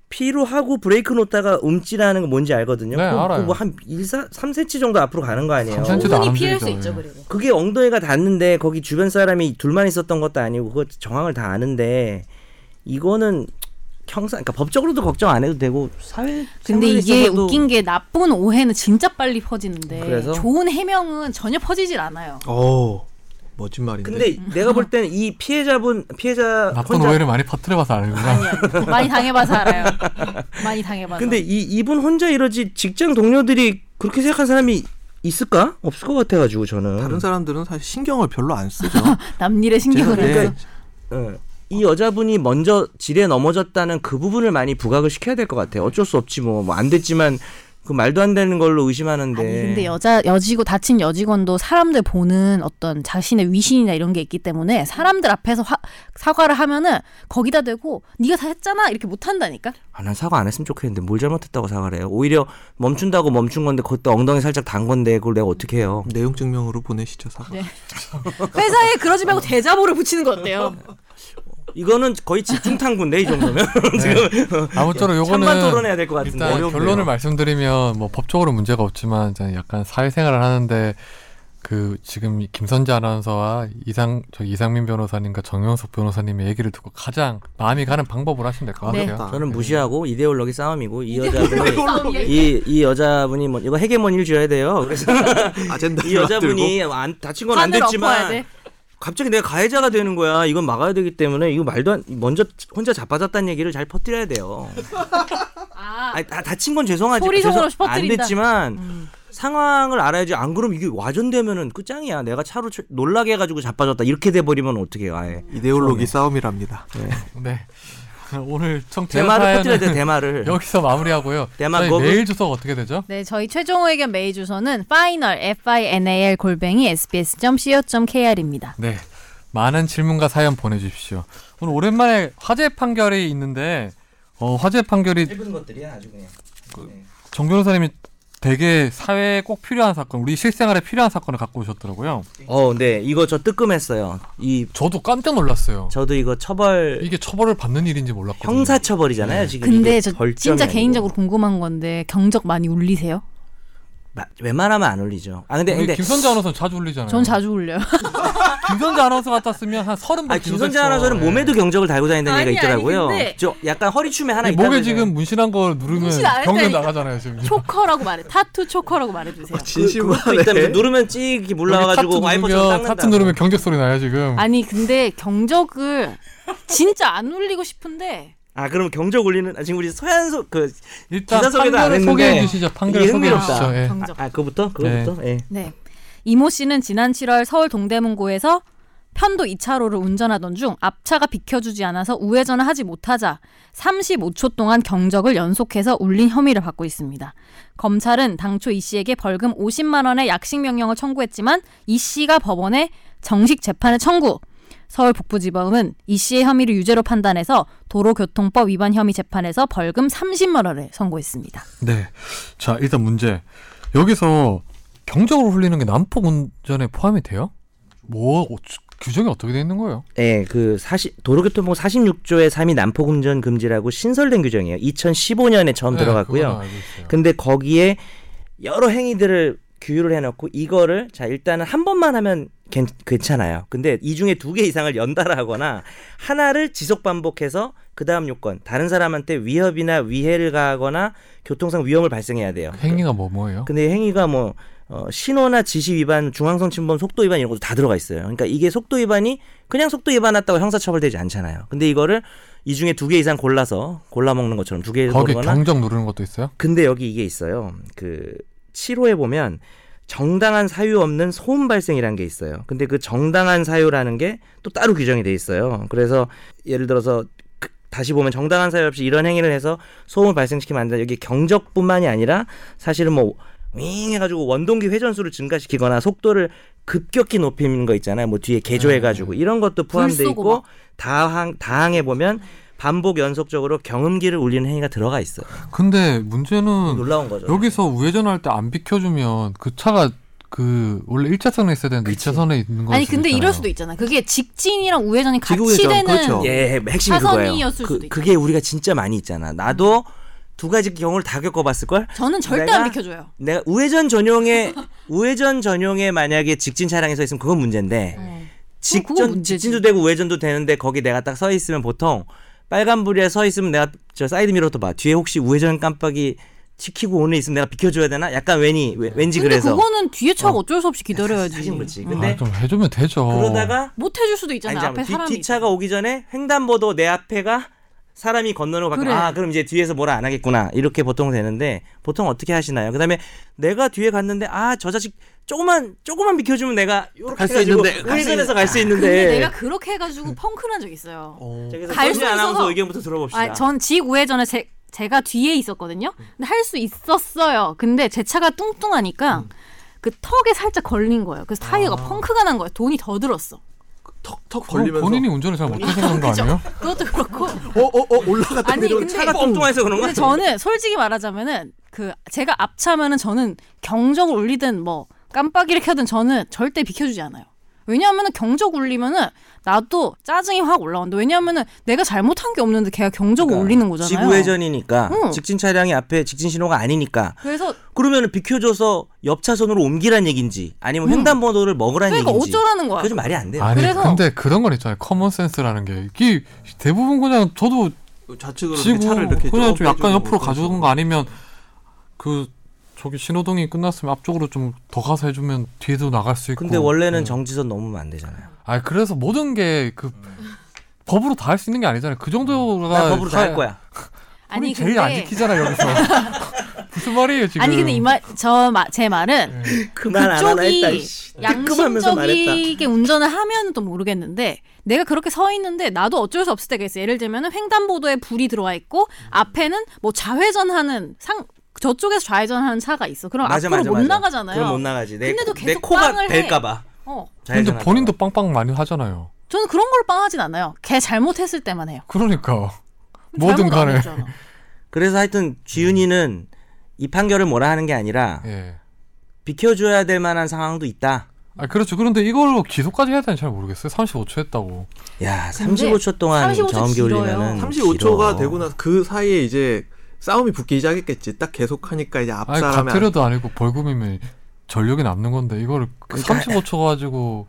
Speaker 2: 피로하고 브레이크 놓다가 움찔하는 거 뭔지 알거든요.
Speaker 1: 네, 알아요.
Speaker 2: 뭐한 1, 4, 3cm 정도 앞으로 가는 거 아니에요.
Speaker 1: 3cm 도
Speaker 3: 충분히
Speaker 1: 안
Speaker 3: 피할 수
Speaker 1: 움직이죠,
Speaker 3: 있죠
Speaker 1: 예.
Speaker 3: 그리고.
Speaker 2: 그게 엉덩이가 닿는데 거기 주변 사람이 둘만 있었던 것도 아니고 그거 정황을 다 아는데 이거는 형사 그러니까 법적으로도 걱정 안 해도 되고 사회
Speaker 3: 근데
Speaker 2: 생활에
Speaker 3: 이게
Speaker 2: 있어서도
Speaker 3: 웃긴 게 나쁜 오해는 진짜 빨리 퍼지는데
Speaker 2: 그래서?
Speaker 3: 좋은 해명은 전혀 퍼지질 않아요.
Speaker 4: 어 멋진 말인데.
Speaker 2: 근데 내가 볼 때는 이 피해자분 피해자
Speaker 1: 나쁜
Speaker 2: 혼자
Speaker 1: 오해를 많이 퍼뜨려봐서 아는구나.
Speaker 3: 많이 당해봐서 알아요. 많이 당해봐서.
Speaker 2: 근데 이 이분 혼자 이러지 직장 동료들이 그렇게 생각한 사람이 있을까? 없을 것 같아 가지고 저는.
Speaker 4: 다른 사람들은 사실 신경을 별로 안 쓰죠.
Speaker 3: 남일에
Speaker 4: 제가
Speaker 3: 신경을
Speaker 4: 네.
Speaker 3: 안 써.
Speaker 2: 예. 이 여자분이 먼저 질에 넘어졌다는 그 부분을 많이 부각을 시켜야 될 것 같아요. 어쩔 수 없지 뭐 안 됐지만 그 말도 안 되는 걸로 의심하는데.
Speaker 3: 아니 근데 여자 여지고 다친 여직원도 사람들 보는 어떤 자신의 위신이나 이런 게 있기 때문에 사람들 앞에서 화- 사과를 하면은 거기다 대고 네가 다 했잖아 이렇게 못 한다니까.
Speaker 2: 아, 난 사과 안 했으면 좋겠는데 뭘 잘못했다고 사과를 해요. 오히려 멈춘다고 멈춘 건데 그것도 엉덩이 살짝 단 건데 그걸 내가 어떻게 해요?
Speaker 4: 내용 증명으로 보내시죠 사과.
Speaker 3: 네. 회사에 그러지 말고 대자보를 붙이는 거 어때요?
Speaker 2: 이거는 거의 집중 탐구인데 이 정도면 지금
Speaker 1: 아무쪼록 요거는
Speaker 2: 찬반 예, 토론해야 될 것 같은데.
Speaker 1: 일단
Speaker 2: 어렵네요.
Speaker 1: 결론을 말씀드리면 뭐 법적으로 문제가 없지만 이제 약간 사회생활을 하는데 그 지금 이 김선재 아나운서와 이상 저 이상민 변호사님과 정영석 변호사님의 얘기를 듣고 가장 마음이 가는 방법을 하시면 될 것
Speaker 3: 네.
Speaker 1: 같아요.
Speaker 2: 저는 무시하고 이데올로기 싸움이고 이 여자분이
Speaker 3: 그 싸움이야.
Speaker 2: 네. 이, 이 여자분이 뭐 이거 헤게몬일 줘야 돼요. 그래서
Speaker 4: 아젠다.
Speaker 2: 이 여자분이 안 다친 건 안
Speaker 3: 판을 엎어야
Speaker 2: 됐지만
Speaker 3: 돼.
Speaker 2: 갑자기 내가 가해자가 되는 거야. 이건 막아야 되기 때문에 이거 말도 안 먼저 혼자 자빠졌다는 얘기를 잘 퍼뜨려야 돼요.
Speaker 3: 아,
Speaker 2: 아니, 다, 다친 건 죄송하지.
Speaker 3: 소리소문으로
Speaker 2: 죄송- 안
Speaker 3: 퍼뜨린다.
Speaker 2: 됐지만
Speaker 3: 음.
Speaker 2: 상황을 알아야지. 안 그럼 이게 와전되면은 끝장이야. 내가 차로 쳐- 놀라게 해가지고 자빠졌다. 이렇게 돼버리면 어떡해요.
Speaker 3: 음.
Speaker 2: 아예.
Speaker 4: 이데올로기 싸움이랍니다.
Speaker 1: 네. 오늘 청취자
Speaker 2: 대마를 퍼뜨려야 돼.
Speaker 1: 사연은
Speaker 2: 대마를.
Speaker 1: 여기서 마무리하고요.
Speaker 2: 대마
Speaker 1: 저희
Speaker 2: 거부-
Speaker 1: 메일 주소 어떻게 되죠?
Speaker 3: 네, 저희 최종 의견 메일 주소는 final f i n a l 골뱅이 s b s c o k r 입니다.
Speaker 1: 네. 많은 질문과 사연 보내주십시오. 오늘 오랜만에 화재 판결이 있는데, 어, 화재 판결이
Speaker 2: 짧은 것들이야 아주 그냥.
Speaker 1: 정 변호사님이 되게 사회에 꼭 필요한 사건, 우리 실생활에 필요한 사건을 갖고 오셨더라고요.
Speaker 2: 어, 네. 이거 저 뜨끔했어요. 이
Speaker 1: 저도 깜짝 놀랐어요.
Speaker 2: 저도 이거 처벌
Speaker 1: 이게 처벌을 받는 일인지 몰랐거든요.
Speaker 2: 형사 처벌이잖아요. 지금.
Speaker 3: 근데
Speaker 2: 네, 이게
Speaker 3: 저
Speaker 2: 벌점이
Speaker 3: 진짜
Speaker 2: 아니고.
Speaker 3: 개인적으로 궁금한 건데 경적 많이 울리세요?
Speaker 2: 마- 웬만하면 안 올리죠. 아 근데
Speaker 1: 우리
Speaker 2: 근데
Speaker 1: 김선재 아나운서 자주 울리잖아요.
Speaker 3: 전 자주 울려요.
Speaker 1: 김선재 아나운서 같았으면 한 서른
Speaker 2: 아
Speaker 1: 번
Speaker 2: 김선재
Speaker 1: 기도했어.
Speaker 2: 아나운서는 몸에도 경적을 달고 다닌다는
Speaker 3: 아니,
Speaker 2: 얘기가 있더라고요.
Speaker 3: 아니, 근데-
Speaker 2: 저 약간 허리춤에 하나
Speaker 1: 이
Speaker 2: 있다고
Speaker 1: 네. 목에
Speaker 2: 해서-
Speaker 1: 지금 문신한 거 누르면
Speaker 3: 문신 안
Speaker 1: 경련
Speaker 3: 했다니까.
Speaker 1: 나가잖아요 지금.
Speaker 3: 초커라고 말해. 타투 초커라고 말해주세요.
Speaker 2: 그, 그것도 있다면서 누르면 찍 이렇게
Speaker 1: 타투
Speaker 2: 올라와가지고
Speaker 1: 네.
Speaker 2: 와이퍼처럼
Speaker 1: 누르면
Speaker 2: 닦는다.
Speaker 1: 타투 누르면 경적 소리 나요 지금.
Speaker 3: 아니 근데 경적을 진짜 안 울리고 싶은데
Speaker 2: 아 그럼 경적 올리는 아, 지금 우리 서현소 그
Speaker 1: 일단
Speaker 2: 기사 소개도 안
Speaker 1: 판결을
Speaker 2: 했는데
Speaker 1: 소개해 주시죠. 판결
Speaker 2: 이게
Speaker 1: 소개해
Speaker 2: 흥미롭다.
Speaker 1: 주시죠. 예.
Speaker 3: 경적.
Speaker 2: 아, 아, 그거부터 그거부터 예.
Speaker 3: 네. 이모 씨는 지난 7월 서울 동대문고에서 편도 2차로를 운전하던 중 앞차가 비켜주지 않아서 우회전을 하지 못하자 35초 동안 경적을 연속해서 울린 혐의를 받고 있습니다. 검찰은 당초 이 씨에게 벌금 50만 원의 약식 명령을 청구했지만 이 씨가 법원에 정식 재판을 청구. 서울 북부지법은 이 씨의 혐의를 유죄로 판단해서 도로교통법 위반 혐의 재판에서 벌금 30만 원을 선고했습니다.
Speaker 1: 네. 자, 일단 문제. 여기서 경적으로 흘리는 게 난폭 운전에 포함이 돼요? 뭐 어, 주- 규정이 어떻게 돼 있는 거예요?
Speaker 2: 예, 그 40, 도로교통법 46조의 3이 난폭운전 금지라고 신설된 규정이에요. 2015년에 처음
Speaker 1: 네,
Speaker 2: 들어갔고요.
Speaker 1: 그거는 알고 있어요.
Speaker 2: 근데 거기에 여러 행위들을 규율을 해놓고 이거를 자 일단은 한 번만 하면 괜, 괜찮아요. 근데 이 중에 두 개 이상을 연달아 하거나 하나를 지속 반복해서 그 다음 요건 다른 사람한테 위협이나 위해를 가하거나 교통상 위험을 발생해야 돼요.
Speaker 1: 행위가 뭐 뭐예요?
Speaker 2: 근데 이 행위가 뭐 어, 신호나 지시 위반, 중앙선 침범, 속도 위반 이런 것도 다 들어가 있어요. 그러니까 이게 속도 위반이 그냥 속도 위반했다고 형사처벌되지 않잖아요. 근데 이거를 이 중에 두 개 이상 골라서 골라 먹는 것처럼 두 개
Speaker 1: 거기
Speaker 2: 고르거나
Speaker 1: 경적 누르는 것도 있어요?
Speaker 2: 근데 여기 이게 있어요. 그 7호에 보면 정당한 사유 없는 소음 발생이라는 게 있어요. 근데 그 정당한 사유라는 게 또 따로 규정이 돼 있어요. 그래서 예를 들어서 그- 다시 보면 정당한 사유 없이 이런 행위를 해서 소음을 발생시키면 안 된다. 여기 경적뿐만이 아니라 사실은 뭐 윙 해가지고 원동기 회전수를 증가시키거나 속도를 급격히 높이는 거 있잖아요. 뭐 뒤에 개조해가지고 이런 것도 포함돼
Speaker 3: 네. 불 쏘고
Speaker 2: 있고
Speaker 3: 막.
Speaker 2: 다항 다항에 보면 반복 연속적으로 경음기를 울리는 행위가 들어가 있어요.
Speaker 3: 아.
Speaker 1: 근데 문제는
Speaker 2: 놀라운 거죠.
Speaker 1: 여기서 우회전할 때 안 비켜주면 그 차가 그 원래 1차선에 있어야 되는데 이 2차선에 있는 거
Speaker 3: 아니 근데 이럴 수도 있잖아. 그게 직진이랑 우회전이 같이
Speaker 4: 직우회전,
Speaker 3: 되는
Speaker 4: 그렇죠.
Speaker 1: 어.
Speaker 2: 예, 핵심이 그거예요.
Speaker 3: 사선이었을 수도
Speaker 2: 그,
Speaker 3: 있죠.
Speaker 2: 그게 우리가 진짜 많이 있잖아. 나도 두 가지 경우를 다 겪어봤을 걸.
Speaker 3: 저는 절대
Speaker 2: 내가-
Speaker 3: 안 비켜줘요.
Speaker 2: 내가 우회전 전용에 우회전 전용에 만약에 직진 차량이 서 있으면 그건 문제인데
Speaker 3: 어. 그건
Speaker 2: 직전
Speaker 3: 문제지.
Speaker 2: 직진도 되고 우회전도 되는데 거기 내가 딱 서 있으면 보통 빨간불에 서 있으면 내가 저 사이드미러도 봐. 뒤에 혹시 우회전 깜빡이 지키고 오는 애 있으면 내가 비켜줘야 되나? 약간 왠이 왜- 왠지
Speaker 3: 근데
Speaker 2: 그래서
Speaker 3: 그거는 뒤에 차가 어쩔 수 없이 기다려야지.
Speaker 2: 사실 뭐 그렇지.
Speaker 3: 어.
Speaker 2: 근데
Speaker 1: 아, 좀 해주면 되죠.
Speaker 2: 그러다가
Speaker 3: 못 해줄 수도
Speaker 2: 아니
Speaker 3: 있잖아.
Speaker 2: 잠
Speaker 3: 앞에
Speaker 2: 뒤,
Speaker 3: 사람이.
Speaker 2: 뒤차가 오기 전에 횡단보도 내 앞에가 사람이 건너는 거 밖에
Speaker 3: 그래.
Speaker 2: 아 그럼 이제 뒤에서 뭐라 안 하겠구나 이렇게 보통 되는데 보통 어떻게 하시나요? 그다음에 내가 뒤에 갔는데 아 저 자식 조금만 조금만 비켜주면 내가 요렇게
Speaker 4: 갈수
Speaker 2: 해가지고
Speaker 4: 있는데, 갈수
Speaker 2: 우회전해서 갈 수
Speaker 3: 근데
Speaker 2: 있는데 음.
Speaker 3: 내가 그렇게 해가지고 펑크난 적 있어요.
Speaker 2: 자, 그래서
Speaker 3: 갈수
Speaker 2: 권지 아나운서 음.
Speaker 3: 있어서-
Speaker 2: 의견부터 들어봅시다.
Speaker 3: 아, 전 직우회전에 제, 제가 뒤에 있었거든요. 근데 할 수 있었어요. 근데 제 차가 뚱뚱하니까
Speaker 2: 음.
Speaker 3: 그 턱에 살짝 걸린 거예요. 그래서 타이어가
Speaker 2: 아.
Speaker 3: 펑크가 난 거예요. 돈이 더 들었어.
Speaker 4: 턱턱
Speaker 1: 그럼
Speaker 4: 걸리면서
Speaker 1: 본인이 운전을 잘 못하시는 거 아니에요?
Speaker 3: 그것도 그렇고.
Speaker 4: 어어어 올라갔다
Speaker 3: 아니,
Speaker 4: 내려온
Speaker 3: 근데-
Speaker 4: 차가
Speaker 2: 차가 뚱뚱해서 그런 거
Speaker 3: 근데 저는 솔직히 말하자면은 그 제가 앞차면은 저는 경적 울리든 뭐 깜빡이를 켜든 저는 절대 비켜주지 않아요. 왜냐하면은 경적 울리면은 나도 짜증이 확 올라온다. 왜냐하면은 내가 잘못한 게 없는데 걔가 경적 을
Speaker 2: 그러니까
Speaker 3: 울리는 거잖아요.
Speaker 2: 지구회전이니까
Speaker 3: 응.
Speaker 2: 직진 차량이 앞에 직진 신호가 아니니까
Speaker 3: 그래서
Speaker 2: 그러면 비켜줘서 옆 차선으로 옮기란 얘긴지 아니면
Speaker 3: 응.
Speaker 2: 횡단보도를 먹으란
Speaker 3: 그러니까
Speaker 2: 얘긴지
Speaker 3: 어쩌라는 거야.
Speaker 2: 그거 좀 말이 안 돼요.
Speaker 1: 아니
Speaker 3: 네. 그래서-
Speaker 1: 근데 그런 건 있잖아요. 커먼 센스라는 게 이게 대부분 그냥 저도
Speaker 4: 좌측으로 이렇게
Speaker 1: 지고
Speaker 4: 차를 이렇게
Speaker 1: 그냥
Speaker 4: 쭉
Speaker 1: 좀 약간
Speaker 4: 빼주고
Speaker 1: 옆으로
Speaker 4: 그런
Speaker 1: 가져온
Speaker 4: 식으로.
Speaker 1: 거 아니면 그 저기 신호등이 끝났으면 앞쪽으로 좀 더 가서 해주면 뒤에도 나갈 수 있고.
Speaker 2: 근데 원래는
Speaker 1: 네.
Speaker 2: 정지선 넘으면 안 되잖아요.
Speaker 1: 아 그래서 모든 게 그 법으로 다 할 수 있는 게 아니잖아요. 그 정도가
Speaker 2: 나 법으로 다 할
Speaker 1: 사-
Speaker 2: 거야.
Speaker 1: 아니 제일 안 지키잖아 여기서 무슨 말이에요 지금? 네.
Speaker 3: 아니 근데 이말저제 말은
Speaker 2: 그만
Speaker 3: 그쪽이
Speaker 2: 뜨끔하면서 말했다.
Speaker 3: 양심적이게 운전을 하면 또 모르겠는데 내가 그렇게 서 있는데 나도 어쩔 수 없을 때가 있어. 예를 들면 횡단보도에 불이 들어와 있고 앞에는 뭐 좌회전하는 상 저쪽에서 좌회전하는 차가 있어. 그럼
Speaker 2: 맞아,
Speaker 3: 앞으로
Speaker 2: 맞아,
Speaker 3: 못
Speaker 2: 맞아.
Speaker 3: 나가잖아요.
Speaker 2: 그럼 못 나가지. 내,
Speaker 3: 근데도
Speaker 2: 내
Speaker 3: 계속
Speaker 2: 코가
Speaker 3: 빵을 해.
Speaker 2: 될까봐.
Speaker 3: 어.
Speaker 1: 근데 본인도 빵빵 많이 하잖아요.
Speaker 3: 저는 그런 걸 빵하진 않아요. 걔 잘못했을 때만 해요.
Speaker 1: 그러니까 뭐든
Speaker 3: 잘못 안
Speaker 1: 간에
Speaker 3: 했잖아.
Speaker 2: 그래서 하여튼 지윤이는 이 판결을 뭐라 하는 게 아니라
Speaker 1: 예.
Speaker 2: 비켜줘야 될 만한 상황도 있다.
Speaker 1: 아 그렇죠. 그런데 이걸로 기소까지 해야 되는지 잘 모르겠어요. 35초 했다고.
Speaker 2: 야,
Speaker 3: 근데
Speaker 2: 35초 동안
Speaker 3: 35초
Speaker 2: 저음기
Speaker 3: 길어요.
Speaker 2: 울리면은
Speaker 4: 35초가
Speaker 2: 길어.
Speaker 4: 되고 나서 그 사이에 이제 싸움이 붙기 시작했겠지. 딱 계속 하니까 이제 앞
Speaker 1: 아니
Speaker 4: 사람이 안-
Speaker 1: 과태료도 아니고 벌금이면 전력이 남는 건데 이거를 그 35초 가지고까지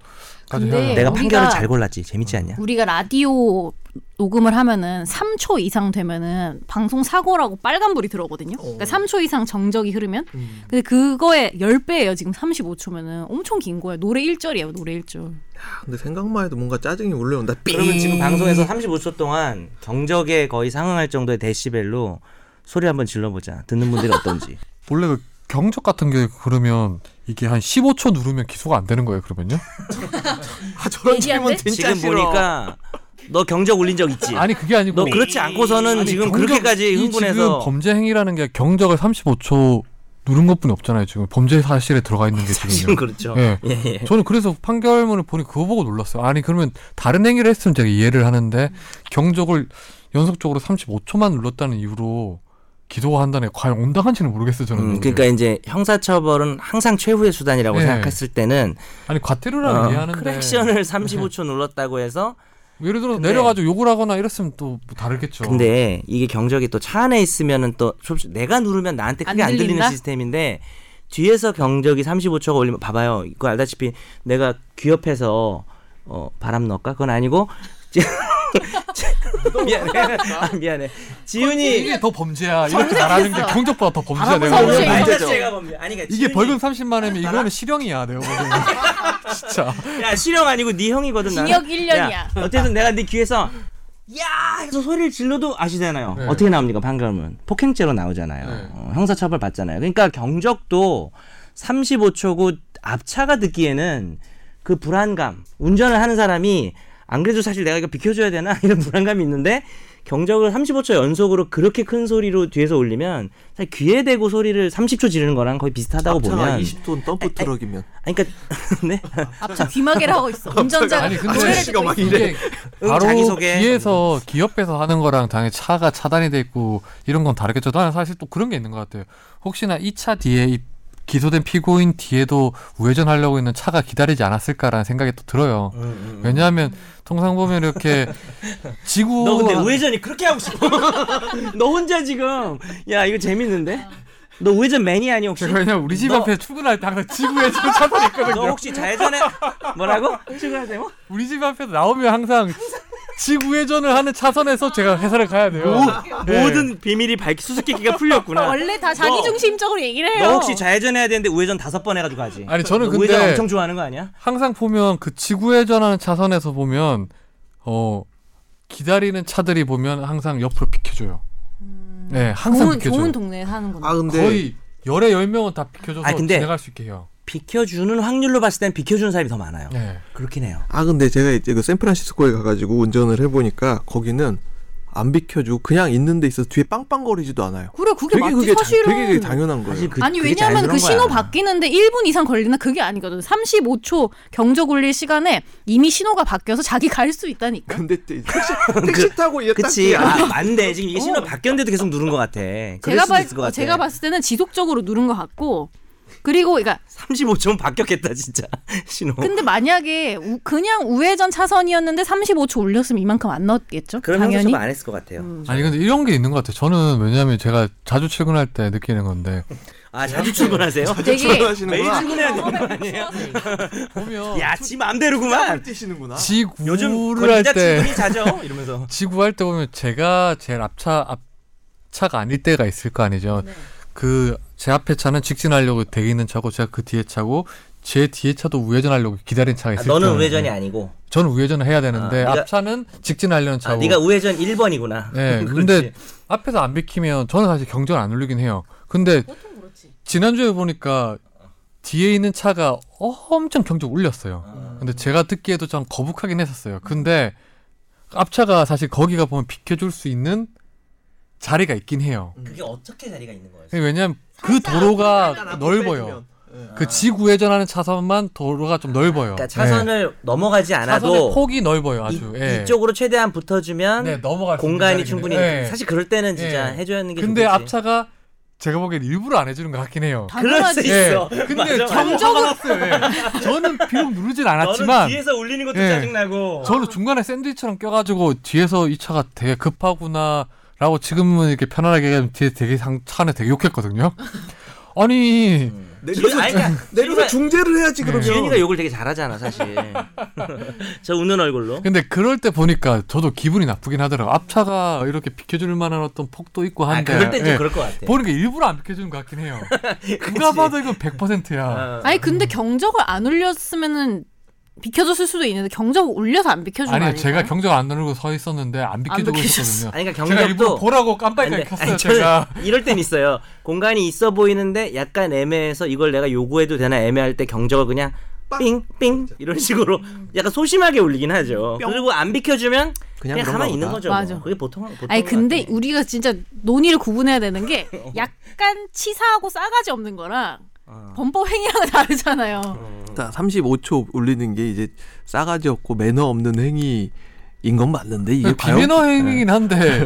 Speaker 3: 근데
Speaker 1: 해야 되나?
Speaker 2: 내가
Speaker 3: 우리가-
Speaker 2: 판결을 잘 골랐지. 재밌지
Speaker 4: 음.
Speaker 2: 않냐?
Speaker 3: 우리가 라디오 녹음을 하면은 3초 이상 되면은 방송 사고라고 빨간불이 들어오거든요. 그러니까 3초 이상 정적이 흐르면
Speaker 4: 음.
Speaker 3: 근데 그거에 10배예요. 지금 35초면은 엄청 긴 거예요. 노래 1절이에요. 노래 1절.
Speaker 4: 근데 생각만 해도 뭔가 짜증이 올라온다.
Speaker 2: 그러면 지금 방송에서 35초 동안 경적에 거의 상응할 정도의 데시벨로 소리 한번 질러보자. 듣는 분들이 어떤지.
Speaker 1: 원래 그 경적 같은 게 그러면 이게 한 15초 누르면 기소가 안 되는 거예요. 그러면요?
Speaker 4: 아, 저런
Speaker 3: 얘기한데?
Speaker 4: 질문 진짜
Speaker 2: 지금
Speaker 4: 싫어.
Speaker 2: 보니까 너 경적 울린 적 있지?
Speaker 1: 아니 그게 아니고
Speaker 2: 너 그렇지 않고서는
Speaker 1: 아니,
Speaker 2: 지금
Speaker 1: 경적-
Speaker 2: 그렇게까지
Speaker 1: 이 지금
Speaker 2: 흥분해서
Speaker 1: 범죄 행위라는 게 경적을 35초 누른 것뿐이 없잖아요. 지금 범죄 사실에 들어가 있는 게
Speaker 2: 사실은
Speaker 1: 지금요.
Speaker 2: 그렇죠.
Speaker 1: 예.
Speaker 2: 예, 예.
Speaker 1: 저는 그래서 판결문을 보니 그거 보고 놀랐어요. 아니 그러면 다른 행위를 했으면 제가 이해를 하는데 경적을 연속적으로 35초만 눌렀다는 이유로 기소가 한다는 게 과연 온당한지는 모르겠어요. 저는.
Speaker 2: 음, 그러니까 이제 형사처벌은 항상 최후의 수단이라고
Speaker 1: 예.
Speaker 2: 생각했을 때는
Speaker 1: 아니 과태료라는
Speaker 2: 어,
Speaker 1: 이해하는데 예.
Speaker 2: 크랙션을 35초 눌렀다고 해서
Speaker 1: 예를 들어 서
Speaker 2: 근데-
Speaker 1: 내려가지고 욕을 하거나 이랬으면 또뭐 다르겠죠.
Speaker 2: 근데 이게 경적이 또 차 안에 있으면은 또 솔직히 내가 누르면 나한테 크게
Speaker 3: 안
Speaker 2: 안 들리는
Speaker 3: 들린다?
Speaker 2: 시스템인데 뒤에서 경적이 35초가 울리면 봐봐요. 이거 알다시피 내가 귀엽해서 어, 바람 넣을까? 그건 아니고 지- 미안해. 아, 미안해. 지훈이 아,
Speaker 1: 이게 더 범죄야. 이렇게 말하는 게
Speaker 3: 정색했어.
Speaker 1: 경적보다 더 범죄야.
Speaker 3: 바람을
Speaker 1: 내가
Speaker 3: 사오세요.
Speaker 1: 보기엔.
Speaker 3: 범죄죠.
Speaker 2: 제가 범죄. 아니 그러니까
Speaker 1: 이게
Speaker 2: 지훈이-
Speaker 1: 벌금 30만 원이면 이거는 실형이야. 내가 보기엔. 진짜.
Speaker 2: 야 실형 아니고 네 형이거든 나는.
Speaker 3: 징역 1년이야.
Speaker 2: 어쨌든 내가 네 귀에서 야 해서 소리를 질러도 아시잖아요.
Speaker 1: 네.
Speaker 2: 어떻게 나옵니까 방금은 폭행죄로 나오잖아요.
Speaker 1: 네.
Speaker 2: 어, 형사처벌 받잖아요. 그러니까 경적도 35초고 앞차가 듣기에는 그 불안감 운전을 하는 사람이 안 그래도 사실 내가 이거 비켜줘야 되나 이런 불안감이 있는데 경적을 35초 연속으로 그렇게 큰 소리로 뒤에서 울리면 사실 귀에 대고 소리를 30초 지르는 거랑 거의 비슷하다고
Speaker 4: 앞차가
Speaker 2: 보면
Speaker 4: 20톤 덤프 트럭이면
Speaker 2: 아니 그러니까 네
Speaker 3: 앞차 귀마개를 하고 있어. 운전자가
Speaker 1: 아니, 근데
Speaker 3: 노래를
Speaker 4: 아저씨가
Speaker 3: 듣고
Speaker 4: 막
Speaker 3: 있어.
Speaker 4: 이래.
Speaker 1: 이게
Speaker 2: 응,
Speaker 1: 바로
Speaker 2: 자기소개.
Speaker 1: 뒤에서 기업에서 하는 거랑 당연히 차가 차단이 돼 있고 이런 건 다르겠죠. 나는 사실 또 그런 게 있는 것 같아요. 혹시나 이 차 뒤에 이 기소된 피고인 뒤에도 우회전하려고 있는 차가 기다리지 않았을까라는 생각이 또 들어요.
Speaker 2: 음,
Speaker 1: 왜냐하면 통상 보면 이렇게 지구 아,
Speaker 2: 너 근데 우회전이 그렇게 하고 싶어? 어. 너 혼자 지금 야
Speaker 3: 어.
Speaker 2: 이거 재밌는데? 너 우회전 매니아 아니 혹시?
Speaker 1: 왜냐면 우리 집
Speaker 2: 너-
Speaker 1: 앞에 출근할 때 항상 지구 우회전 차선이 있거든요.
Speaker 2: 너 혹시 좌회전에 뭐라고? 출근하세요?
Speaker 1: 우리 집 앞에서 나오면 항상 지구회전을 하는 차선에서 제가 회사를 가야 돼요. 네.
Speaker 2: 모든 비밀이 밝히 수수께끼가 풀렸구나.
Speaker 3: 원래 다 자기 중심적으로 얘기를 해요.
Speaker 2: 너 혹시 좌회전 해야 되는데 우회전 다섯 번 해가지고 가지.
Speaker 1: 아니 저는
Speaker 2: 너 우회전
Speaker 1: 근데
Speaker 2: 엄청 좋아하는 거 아니야?
Speaker 1: 항상 보면 그 지구회전하는 차선에서 보면 어 기다리는 차들이 보면 항상 옆으로 비켜줘요. 네, 항상
Speaker 3: 좋은,
Speaker 1: 비켜줘요.
Speaker 3: 좋은 동네에 사는구나.
Speaker 4: 아 근데
Speaker 1: 거의 열에 열 명은 다 비켜줘서
Speaker 2: 아니, 근데-
Speaker 1: 지나갈 수 있게 해요.
Speaker 2: 비켜주는 확률로 봤을 땐 비켜주는 사람이 더 많아요.
Speaker 1: 네.
Speaker 2: 그렇긴 해요.
Speaker 4: 아 근데 제가 이제 그 샌프란시스코에 가가지고 운전을 해보니까 거기는 안 비켜주고 그냥 있는 데 있어서 뒤에 빵빵거리지도 않아요.
Speaker 3: 그래 그게
Speaker 4: 되게
Speaker 3: 맞지
Speaker 4: 그게 자-
Speaker 3: 사실은.
Speaker 4: 되게 그게 당연한 거예요.
Speaker 2: 사실 그,
Speaker 3: 아니
Speaker 2: 그게
Speaker 3: 왜냐하면 그
Speaker 2: 자연스러운
Speaker 3: 신호
Speaker 2: 거야.
Speaker 3: 바뀌는데 1분 이상 걸리나 그게 아니거든. 35초 경적 울릴 시간에 이미 신호가 바뀌어서 자기 갈 수 있다니까.
Speaker 4: 근데 또 택시, 택시 타고 이게 딱
Speaker 2: 그치.
Speaker 4: 뒤에 안-
Speaker 2: 아, 맞네. 지금 이게 신호 바뀌었는데도 계속 누른 것 같아. 그럴
Speaker 3: 어. 제가
Speaker 2: 수도
Speaker 3: 봤
Speaker 2: 있을 것 같아.
Speaker 3: 제가 봤을 때는 지속적으로 누른 것 같고 그리고 그러니까
Speaker 2: 35초면 바뀌었겠다, 진짜. 신호.
Speaker 3: 근데 만약에 우- 그냥 우회전 차선이었는데 35초 올렸으면 이만큼 안 넣었겠죠.
Speaker 2: 그런
Speaker 3: 당연히.
Speaker 2: 형식은 안 했을 것 같아요.
Speaker 1: 아니 근데 이런 게 있는 것 같아요. 저는 왜냐하면 제가 자주 출근할 때 느끼는 건데
Speaker 2: 아, 자주 출근하세요?
Speaker 3: 되게
Speaker 2: 매일
Speaker 4: 출근하시는구나.
Speaker 2: 출근해야 되는 거 아니에요?
Speaker 1: 보면
Speaker 2: 야, 지 맘대로구만.
Speaker 4: 뛰시는구나.
Speaker 1: 지구를
Speaker 2: 요즘
Speaker 1: 할
Speaker 2: 권자
Speaker 1: 때
Speaker 2: 출근이 자죠? 이러면서.
Speaker 1: 지구 할 때 보면 제가 제일 앞차 앞차가 아닐 때가 있을 거 아니죠. 그 제 앞에 차는 직진하려고 대기 있는 차고 제가 그 뒤에 차고 제 뒤에 차도 우회전하려고 기다린 차가
Speaker 2: 아,
Speaker 1: 있을
Speaker 2: 너는
Speaker 1: 거예요.
Speaker 2: 우회전이 아니고.
Speaker 1: 저는 우회전을 해야 되는데
Speaker 2: 아, 네가-
Speaker 1: 앞차는 직진하려는
Speaker 2: 아,
Speaker 1: 차고.
Speaker 2: 네가 우회전 1번이구나.
Speaker 1: 네. 근데 앞에서 안 비키면 저는 사실 경전 안 울리긴 해요. 근데 지난주에 보니까 뒤에 있는 차가 엄청 경적 울렸어요. 근데 제가 듣기에도 좀 거북하긴 했었어요. 근데 앞차가 사실 거기가 보면 비켜줄 수 있는 자리가 있긴 해요.
Speaker 2: 그게 어떻게 자리가 있는 거예요?
Speaker 1: 왜냐면 그 음. 도로가 넓어요. 그 지구 회전하는 차선만 도로가 좀 넓어요.
Speaker 2: 그러니까 차선을 넘어가지
Speaker 1: 네. 차선의
Speaker 2: 않아도
Speaker 1: 폭이 넓어요,
Speaker 2: 이,
Speaker 1: 아주. 예.
Speaker 2: 이쪽으로 최대한 붙어주면
Speaker 1: 네, 넘어갈 수 있는
Speaker 2: 공간이
Speaker 1: 자리긴
Speaker 2: 충분히
Speaker 1: 해요. 예.
Speaker 2: 사실 그럴 때는 진짜
Speaker 1: 예.
Speaker 2: 해줘야 하는 게
Speaker 1: 근데
Speaker 2: 좋겠지.
Speaker 1: 앞차가 제가 보기엔 일부러 안 해주는 것 같긴 해요.
Speaker 2: 그럴 수
Speaker 3: 당연하지.
Speaker 1: 예.
Speaker 2: 있어.
Speaker 1: 근데
Speaker 2: 맞아, 맞아.
Speaker 1: 정적은 났어요. 예. 저는 비록 누르진
Speaker 2: 너는
Speaker 1: 않았지만
Speaker 2: 뒤에서 울리는 것도
Speaker 1: 예.
Speaker 2: 짜증나고.
Speaker 1: 저는 중간에 샌드위처럼 껴가지고 뒤에서 이 차가 되게 급하구나. 라고 지금은 이렇게 편안하게 얘기하면 뒤에 되게 상, 차 안에 되게 욕했거든요. 아니,
Speaker 2: 음.
Speaker 4: 내려서,
Speaker 2: 아니, 그러니까
Speaker 4: 내려서 중재를 네. 해야지 그러면.
Speaker 2: 어, 지은이가 욕을 되게 잘하잖아 사실. 저 우는 얼굴로.
Speaker 1: 근데 그럴 때 보니까 저도 기분이 나쁘긴 하더라고. 앞차가 이렇게 비켜줄 만한 어떤 폭도 있고
Speaker 2: 아
Speaker 1: 한데.
Speaker 2: 그럴 땐좀
Speaker 1: 예.
Speaker 2: 그럴 것 같아.
Speaker 1: 보니까 일부러 안 비켜주는 것 같긴 해요. 누가 봐도 이건 100%야.
Speaker 2: 어.
Speaker 3: 아니 근데 경적을 안 울렸으면은 비켜줬을 수도 있는데 경적 올려서 안 비켜준 거
Speaker 1: 아니요,
Speaker 3: 아니에요?
Speaker 1: 제가 경적 안 누르고 서 있었는데 안 비켜주고
Speaker 3: 비켜줬어.
Speaker 1: 있었거든요.
Speaker 2: 아니 그러니까
Speaker 1: 제가 일부러
Speaker 2: 경력도
Speaker 1: 보라고 깜빡이가
Speaker 2: 안 돼.
Speaker 1: 켰어요.
Speaker 2: 아니, 저는
Speaker 1: 제가
Speaker 2: 이럴 땐 있어요. 공간이 있어 보이는데 약간 애매해서 이걸 내가 요구해도 되나 애매할 때 경적을 그냥 삥삥 이런 식으로 약간 소심하게 울리긴 하죠. 그리고 안 비켜주면 그냥,
Speaker 4: 그냥 그런가
Speaker 2: 가만히 있는
Speaker 4: 보다.
Speaker 2: 거죠. 뭐.
Speaker 3: 맞아.
Speaker 2: 그게 보통 보통.
Speaker 3: 아니 근데 우리가 진짜 논의를 구분해야 되는 게 약간 치사하고 싸가지 없는 거랑 범법 행위랑 다르잖아요.
Speaker 4: 자, 35초 울리는 게 이제 싸가지 없고 매너 없는 행위인 건 맞는데 이게 네. 과연
Speaker 1: 그 비매너 행위긴 한데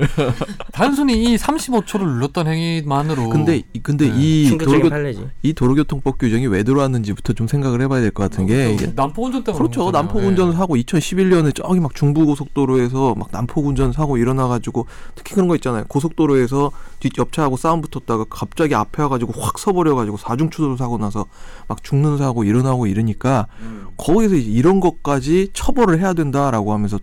Speaker 1: 단순히 이 35초를 눌렀던 행위만으로
Speaker 4: 근데 이- 근데
Speaker 1: 네.
Speaker 4: 이
Speaker 2: 충격적인
Speaker 4: 도로교
Speaker 2: 판례지.
Speaker 4: 이 도로교통법 규정이 왜 들어왔는지부터 좀 생각을 해봐야 될 것 같은 게 이게
Speaker 1: 남포 운전 때문에
Speaker 4: 그렇죠.
Speaker 1: 그런 거잖아요.
Speaker 4: 난폭 운전 사고 2011년에 저기 막 중부고속도로에서 막 난폭 운전 사고 일어나가지고 특히 그런 거 있잖아요. 고속도로에서 뒷 옆차하고 싸움 붙었다가 갑자기 앞에 와가지고 확 서버려가지고 사중추돌 사고 나서 막 죽는 사고 일어나고 이러니까 거기서 이제 이런 것까지 처벌을 해야 된다라고 하면서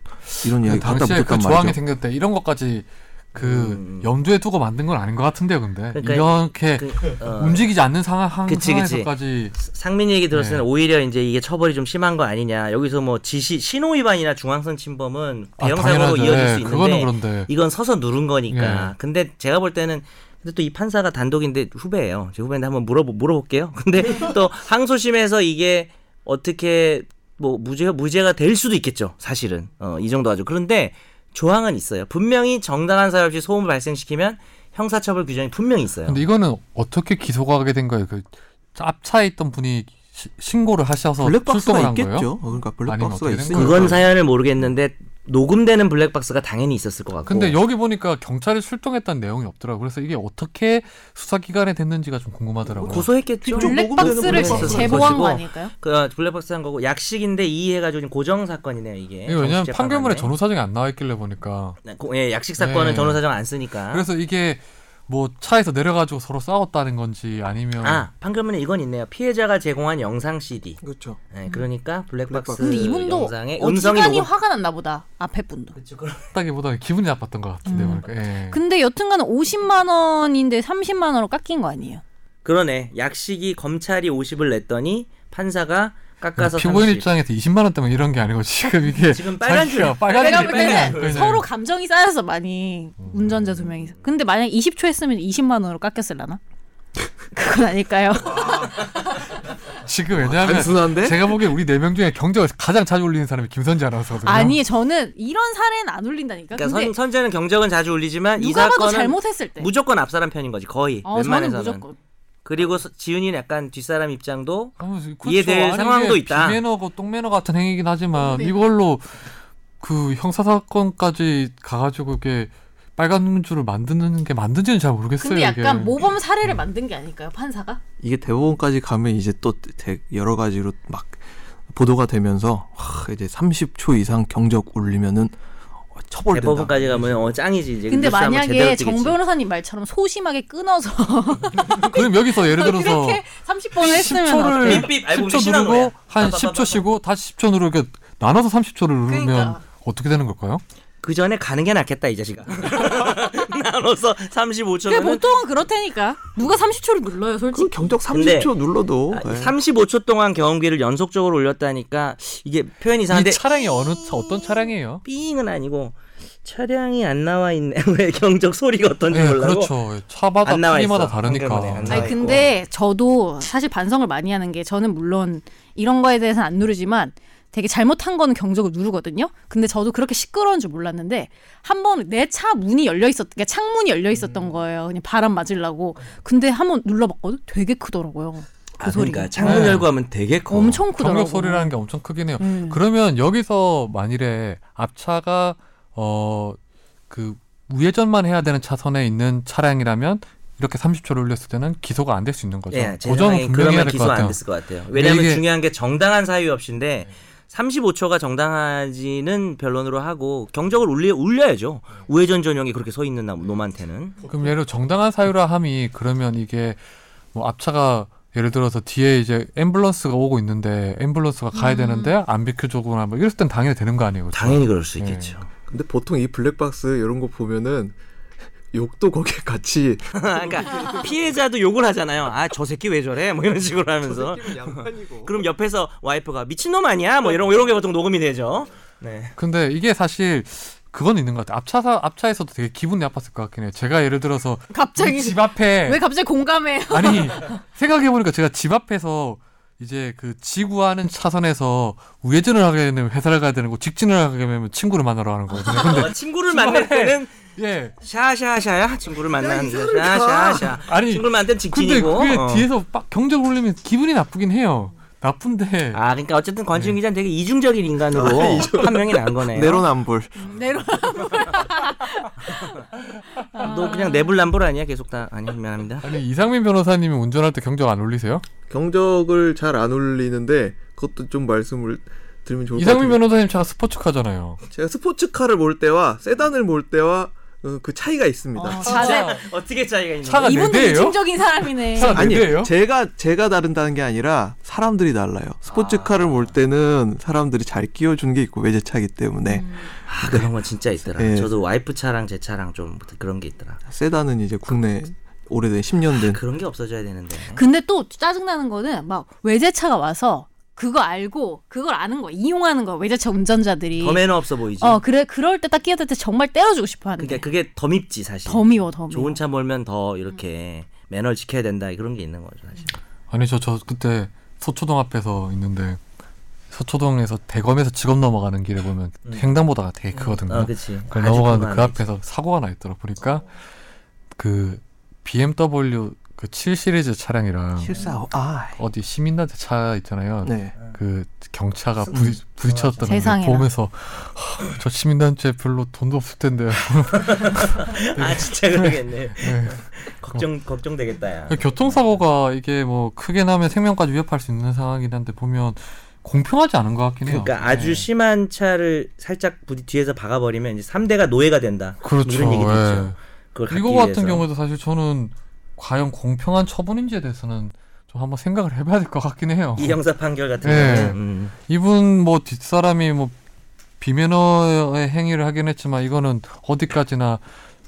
Speaker 1: 예.
Speaker 4: 이런
Speaker 1: 그
Speaker 4: 이야기가 갖다
Speaker 1: 당시에 그
Speaker 4: 붙였단
Speaker 1: 조항이
Speaker 4: 말이죠.
Speaker 1: 생겼대 이런 것까지 그
Speaker 2: 음.
Speaker 1: 염두에 두고 만든 건 아닌 것 같은데요. 근데
Speaker 2: 그러니까
Speaker 4: 예.
Speaker 1: 이렇게
Speaker 2: 그, 어,
Speaker 1: 움직이지 않는 상황 상-
Speaker 2: 그치, 그치.
Speaker 1: 상황에서까지
Speaker 2: 상민이 얘기 들었을 때는
Speaker 1: 네.
Speaker 2: 오히려 이제 이게 처벌이 좀 심한 거 아니냐. 여기서 뭐 지시 신호 위반이나 중앙선 침범은
Speaker 1: 아,
Speaker 2: 대형 사고로
Speaker 1: 당연하죠.
Speaker 2: 이어질
Speaker 1: 예,
Speaker 2: 수 있는데
Speaker 1: 그거는 그런데
Speaker 2: 이건 서서 누른 거니까.
Speaker 1: 예.
Speaker 2: 근데 제가 볼 때는 근데 또 이 판사가 단독인데 후배예요. 제 후배인데 한번 물어보 물어볼게요. 근데 또 항소심에서 이게 어떻게 뭐 무죄 무죄가 될 수도 있겠죠. 사실은 어, 이 정도 아주 그런데 조항은 있어요. 분명히 정당한 사유 없이 소음을 발생시키면 형사처벌 규정이 분명히
Speaker 4: 네.
Speaker 2: 있어요.
Speaker 1: 근데 이거는 어떻게 기소가 하게 된 거예요? 그 앞차에 있던 분이 시- 신고를 하셔서 출동을
Speaker 4: 블랙박스가
Speaker 1: 한 거예요?
Speaker 4: 있겠죠. 어, 그러니까 블랙박스가
Speaker 1: 어떻게 된
Speaker 4: 있으니까.
Speaker 2: 그건 사연을 모르겠는데 녹음되는 블랙박스가 당연히 있었을 것 같고.
Speaker 4: 어.
Speaker 1: 근데 여기 보니까 경찰이 출동했다는 내용이 없더라고요. 그래서 이게 어떻게 수사기관에 됐는지가 좀 궁금하더라고요.
Speaker 2: 고소했겠죠.
Speaker 4: 좀 녹음되는
Speaker 3: 블랙박스를
Speaker 2: 블랙박스가
Speaker 3: 제보한
Speaker 2: 있었고.
Speaker 3: 거 아닐까요?
Speaker 2: 그 블랙박스 한 거고 약식인데 이해해가지고 지금 고정 사건이네요 이게.
Speaker 1: 이게 왜냐면
Speaker 2: 정식
Speaker 1: 판결문에
Speaker 2: 재판관에.
Speaker 1: 전후 사정이 안 나와 있길래 보니까
Speaker 2: 네, 고- 예, 약식 사건은
Speaker 1: 네.
Speaker 2: 전후 사정 안 쓰니까.
Speaker 1: 그래서 이게 뭐 차에서 내려가지고 서로 싸웠다는 건지 아니면
Speaker 2: 아 판결문에 이건 있네요. 피해자가 제공한 영상 CD.
Speaker 4: 그렇죠.
Speaker 2: 네, 그러니까 블랙박스,
Speaker 4: 블랙박스.
Speaker 3: 음. 근데 이분도
Speaker 2: 영상에 음성이
Speaker 3: 어지간히
Speaker 2: 녹음.
Speaker 3: 화가 났나 보다 앞에 분도.
Speaker 2: 그쵸, 그럼
Speaker 1: 했다기보다 기분이 나빴던 것 같은데
Speaker 3: 음.
Speaker 1: 보니까. 예.
Speaker 3: 근데 여튼간 50만 원인데 30만 원으로 깎인 거 아니에요?
Speaker 2: 그러네. 약식이 검찰이 50을 냈더니 판사가 깎아서
Speaker 1: 피고인
Speaker 2: 30.
Speaker 1: 입장에서 20만 원 때문에 이런 게 아니고 지금 이게
Speaker 2: 지금 빨간 줄.
Speaker 1: 자기가 네. 빨간
Speaker 3: 내가
Speaker 1: 줄이
Speaker 3: 볼
Speaker 1: 빨간
Speaker 3: 때는
Speaker 1: 줄이
Speaker 3: 서로 감정이 쌓여서 많이 운전자 두 명이서. 근데 만약 20초 했으면 20만 원으로 깎였을라나? 그건 아닐까요?
Speaker 1: 지금 왜냐하면
Speaker 4: 단순한데
Speaker 1: 제가 보기엔 우리 네 명 중에 경적을 가장 자주 올리는 사람이 김선지 아나운서거든요.
Speaker 3: 아니 저는 이런 사례는 안 올린다니까.
Speaker 2: 그러니까
Speaker 3: 근데
Speaker 2: 선, 선재는 경적은 자주 울리지만 이
Speaker 3: 누가 봐도
Speaker 2: 사건은
Speaker 3: 잘못했을 때.
Speaker 2: 무조건 앞사람 편인 거지 거의
Speaker 3: 네. 어, 저는
Speaker 2: 웬만해서는.
Speaker 3: 무조건.
Speaker 2: 그리고 서- 지훈이는 약간 뒷사람 입장도
Speaker 1: 아무- 그렇죠.
Speaker 2: 이해될
Speaker 1: 아니,
Speaker 2: 상황도
Speaker 1: 이게
Speaker 2: 있다.
Speaker 1: 비매너고 똥매너 같은 행위긴 하지만
Speaker 3: 네.
Speaker 1: 이걸로 그 형사 사건까지 가가지고 이게 빨간 줄을 만드는 게 만든지는 그 잘 모르겠어요.
Speaker 3: 근데 약간 뭐-
Speaker 1: 이게.
Speaker 3: 모범 사례를 만든 게 아닐까요 판사가?
Speaker 4: 이게 대법원까지 가면 이제 또 대- 여러 가지로 막 보도가 되면서 와, 이제 30초 이상 경적 울리면은 어, 처벌된다.
Speaker 2: 대법원까지 가면 어 짱이지 이제.
Speaker 3: 근데
Speaker 2: 뉴스 한번 제대로
Speaker 3: 만약에
Speaker 2: 뜨겠지.
Speaker 3: 정 변호사님 말처럼 소심하게 끊어서
Speaker 1: 그럼 여기서 예를 들어서
Speaker 3: 그렇게 30번을 했으면 어때?
Speaker 1: 10초를
Speaker 2: 삐삐 알고
Speaker 1: 10초
Speaker 2: 신한 거야.
Speaker 1: 누르고 한
Speaker 2: 빠바바바바.
Speaker 1: 10초 쉬고 다시 10초 누르고 이렇게 나눠서 30초를 누르면
Speaker 3: 그러니까.
Speaker 1: 어떻게 되는 걸까요?
Speaker 2: 그 전에 가는 게 낫겠다 이 자식아. 나눠서 35초
Speaker 3: 그게
Speaker 2: 면
Speaker 3: 보통은 그렇다니까 누가 30초를 눌러요
Speaker 4: 그
Speaker 3: 솔직히
Speaker 4: 경적
Speaker 2: 근데-
Speaker 4: 30초 눌러도
Speaker 2: 아,
Speaker 1: 네.
Speaker 4: 예.
Speaker 2: 35초 동안 경기를 연속적으로 올렸다니까 이게 표현이 이상한데
Speaker 1: 이 차량이 어느 차- 어떤 차량이에요?
Speaker 2: 삐잉은 아니고 차량이 안 나와 있네. 왜 경적 소리가 어떤지
Speaker 1: 예,
Speaker 2: 몰라고.
Speaker 1: 그렇죠. 차마다
Speaker 2: 네, 안 나와
Speaker 1: 크기마다
Speaker 2: 있어.
Speaker 1: 다르니까.
Speaker 2: 한결만에 안 나와.
Speaker 3: 아니 근데 저도 사실 반성을 많이 하는 게 저는 물론 이런 거에 대해서는 안 누르지만 되게 잘못한 거는 경적을 누르거든요. 근데 저도 그렇게 시끄러운 줄 몰랐는데 한 번 내 차 문이 열려 있었, 그러니까 창문이 열려
Speaker 1: 음.
Speaker 3: 있었던 거예요. 그냥 바람 맞으려고. 근데 한 번 눌러봤거든. 되게 크더라고요.
Speaker 2: 아,
Speaker 3: 소리가.
Speaker 2: 그러니까 창문
Speaker 1: 네.
Speaker 2: 열고 하면 되게 커.
Speaker 3: 엄청 크더라고.
Speaker 1: 경력 소리라는 게 엄청 크긴 해요.
Speaker 3: 음.
Speaker 1: 그러면 여기서 만일에 앞차가 어 그 우회전만 해야 되는 차선에 있는 차량이라면 이렇게 30초를 올렸을 때는 기소가 안 될 수 있는 거죠.
Speaker 2: 예, 제
Speaker 1: 고정은
Speaker 2: 생각엔
Speaker 1: 분명히 해야
Speaker 2: 그러면
Speaker 1: 될
Speaker 2: 기소
Speaker 1: 것
Speaker 2: 안
Speaker 1: 같아요.
Speaker 2: 됐을 것 같아요. 왜냐하면
Speaker 1: 이게-
Speaker 2: 중요한 게 정당한 사유 없인데 35초가 정당하지는 변론으로 하고 경적을 울려 울려야죠. 우회전 전용이 그렇게 서 있는 남- 놈한테는
Speaker 1: 그럼 예를 들어 정당한 사유라 함이 그러면 이게 뭐 앞차가 예를 들어서 뒤에 이제 앰뷸런스가 오고 있는데 앰뷸런스가 가야
Speaker 2: 음.
Speaker 1: 되는데 안 비켜주거나 뭐 이럴 땐 당연히 되는 거 아니에요? 그렇죠?
Speaker 2: 당연히 그럴 수
Speaker 1: 예.
Speaker 2: 있겠죠.
Speaker 4: 근데 보통 이 블랙박스 이런 거 보면은 욕도 거기에 같이
Speaker 2: 그러니까 피해자도 욕을 하잖아요. 아 저 새끼 왜 저래? 뭐 이런 식으로 하면서 그럼 옆에서 와이프가 미친놈 아니야? 뭐 이런 이런 게 보통 녹음이 되죠. 네.
Speaker 1: 근데 이게 사실 그건 있는 것 같아요. 앞차사 앞차에서도 되게 기분이 나빴을 것 같긴 해요. 제가 예를 들어서
Speaker 3: 갑자기
Speaker 1: 우리 집 앞에
Speaker 3: 왜 갑자기 공감해요?
Speaker 1: 아니 생각해 보니까 제가 집 앞에서 이제 그 지구하는 차선에서 우회전을 하게 되면 회사를 가야 되는 거, 직진을 하게 되면 친구를 만나러 가는 거거든요. 근데
Speaker 2: 어, 친구를 만날 때는
Speaker 1: 예,
Speaker 2: 샤샤샤야 친구를 만나는데 샤샤샤
Speaker 1: 아니,
Speaker 2: 친구를 만날
Speaker 1: 근데
Speaker 2: 때는 직진이고
Speaker 1: 그게
Speaker 2: 어.
Speaker 1: 뒤에서 빡 경적 울리면 기분이 나쁘긴 해요. 나쁜데
Speaker 2: 아, 그러니까 어쨌든 권지윤 기자는 되게 이중적인 인간으로 아, 판명이 난 거네요.
Speaker 4: 내로남불.
Speaker 3: 내려. 아.
Speaker 2: 너 그냥 내불남불 아니야? 계속 다 아니 미안합니다.
Speaker 1: 아니 이상민 변호사님이 운전할 때 경적 안 울리세요?
Speaker 5: 경적을 잘 안 울리는데 그것도 좀 말씀을 드리면 좋을 것
Speaker 1: 이상민
Speaker 5: 같아요.
Speaker 1: 변호사님 차가 스포츠카잖아요.
Speaker 5: 제가 스포츠카를 몰 때와 세단을 몰 때와 어, 그 차이가 있습니다.
Speaker 3: 어, 자세.
Speaker 2: 어떻게 아, 네. 차이가 있는
Speaker 1: 차가 네
Speaker 3: 이분도
Speaker 1: 대예요?
Speaker 3: 이중적인 사람이네.
Speaker 1: 차가 네
Speaker 4: 아니
Speaker 1: 대예요?
Speaker 4: 제가 제가 다른다는 게 아니라 사람들이 달라요. 스포츠카를 몰 때는 사람들이 잘 끼워주는 게 있고 외제차기 때문에
Speaker 2: 아, 그런 건 진짜 있더라.
Speaker 4: 예.
Speaker 2: 저도 와이프 차랑 제 차랑 좀 그런 게 있더라.
Speaker 4: 세단은 이제 국내 오래된 10년 된
Speaker 2: 그런 게 없어져야 되는데.
Speaker 3: 근데 또 짜증나는 거는 막 외제차가 와서 그거 알고 그걸 아는 거야. 이용하는 거야. 외제차 운전자들이.
Speaker 2: 더 매너 없어 보이지.
Speaker 3: 어, 그래. 그럴 때 딱 끼어들 때 정말 때려주고 싶어 하는데.
Speaker 2: 그러니까 그게 더 밉지 사실.
Speaker 3: 더 미워, 더 미워.
Speaker 2: 좋은 차 몰면 더 이렇게 매너를 지켜야 된다 그런 게 있는 거죠 사실.
Speaker 1: 아니 저 저 그때 서초동 앞에서 있는데 서초동에서 대검에서 직업 넘어가는 길에 보면 횡단보도가 되게 크거든요.
Speaker 2: 음. 아, 그렇지.
Speaker 1: 그걸 넘어가는데 그 앞에서 사고가 나 있더라 보니까 그 BMW 그 7 시리즈 차량이랑
Speaker 4: 실사 아
Speaker 1: 어디 시민단체 차 있잖아요.
Speaker 4: 네.
Speaker 1: 그 경차가 부딪, 부딪혔던 걸
Speaker 3: 세상에나.
Speaker 1: 보면서 "하, 저 시민단체 별로 돈도 없을 텐데
Speaker 2: 아 진짜 그러겠네. 그
Speaker 1: 네.
Speaker 2: 걱정 걱정되겠다. 야.
Speaker 1: 교통사고가 이게 뭐 크게 나면 생명까지 위협할 수 있는 상황이긴 한데 보면 공평하지 않은 것 같긴 해요. 네.
Speaker 2: 그러니까 아주 심한 차를 살짝 부디 뒤에서 박아버리면 이제 3대가 노예가 된다.
Speaker 1: 그렇죠.
Speaker 2: 이런 얘기도
Speaker 1: 예.
Speaker 2: 있죠.
Speaker 6: 그걸 갖기
Speaker 1: 이거
Speaker 6: 위해서.
Speaker 1: 같은 경우도 사실 저는 과연 공평한 처분인지에 대해서는 좀 한번 생각을 해봐야 될 것 같긴 해요.
Speaker 6: 이 형사 판결 같은
Speaker 1: 네.
Speaker 6: 경우는 음.
Speaker 1: 이분 뭐 뒷사람이 뭐 비매너의 행위를 하긴 했지만 이거는 어디까지나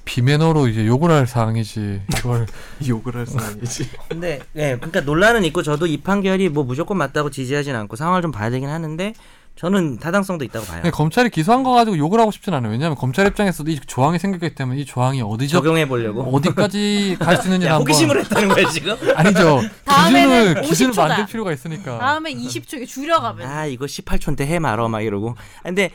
Speaker 1: 비매너로 이제 욕을 할 사항이지 이걸
Speaker 4: 욕을 할 사람이지.
Speaker 2: 근데 예 그러니까 논란은 있고 저도 이 판결이 뭐 무조건 맞다고 지지하진 않고 상황을 좀 봐야 되긴 하는데 저는 타당성도 있다고 봐요.
Speaker 1: 그냥 검찰이 기소한 거 가지고 욕을 하고 싶진 않아요. 왜냐하면 검찰 입장에서도 이 조항이 생겼기 때문에 이 조항이 어디적
Speaker 2: 적용해 보려고.
Speaker 1: 어디까지 갈 수 있는지
Speaker 2: 야,
Speaker 1: 한번
Speaker 2: 호기심으로 했다는 거야 지금?
Speaker 1: 아니죠
Speaker 3: 다음에는
Speaker 1: 기준을 기준을
Speaker 3: 50초다.
Speaker 1: 만들 필요가
Speaker 2: 어.
Speaker 1: 있으니까
Speaker 3: 다음에 20초에
Speaker 1: 네.
Speaker 3: 줄여가면
Speaker 2: 아 이거 18초인데 해 말어 막 이러고. 아, 근데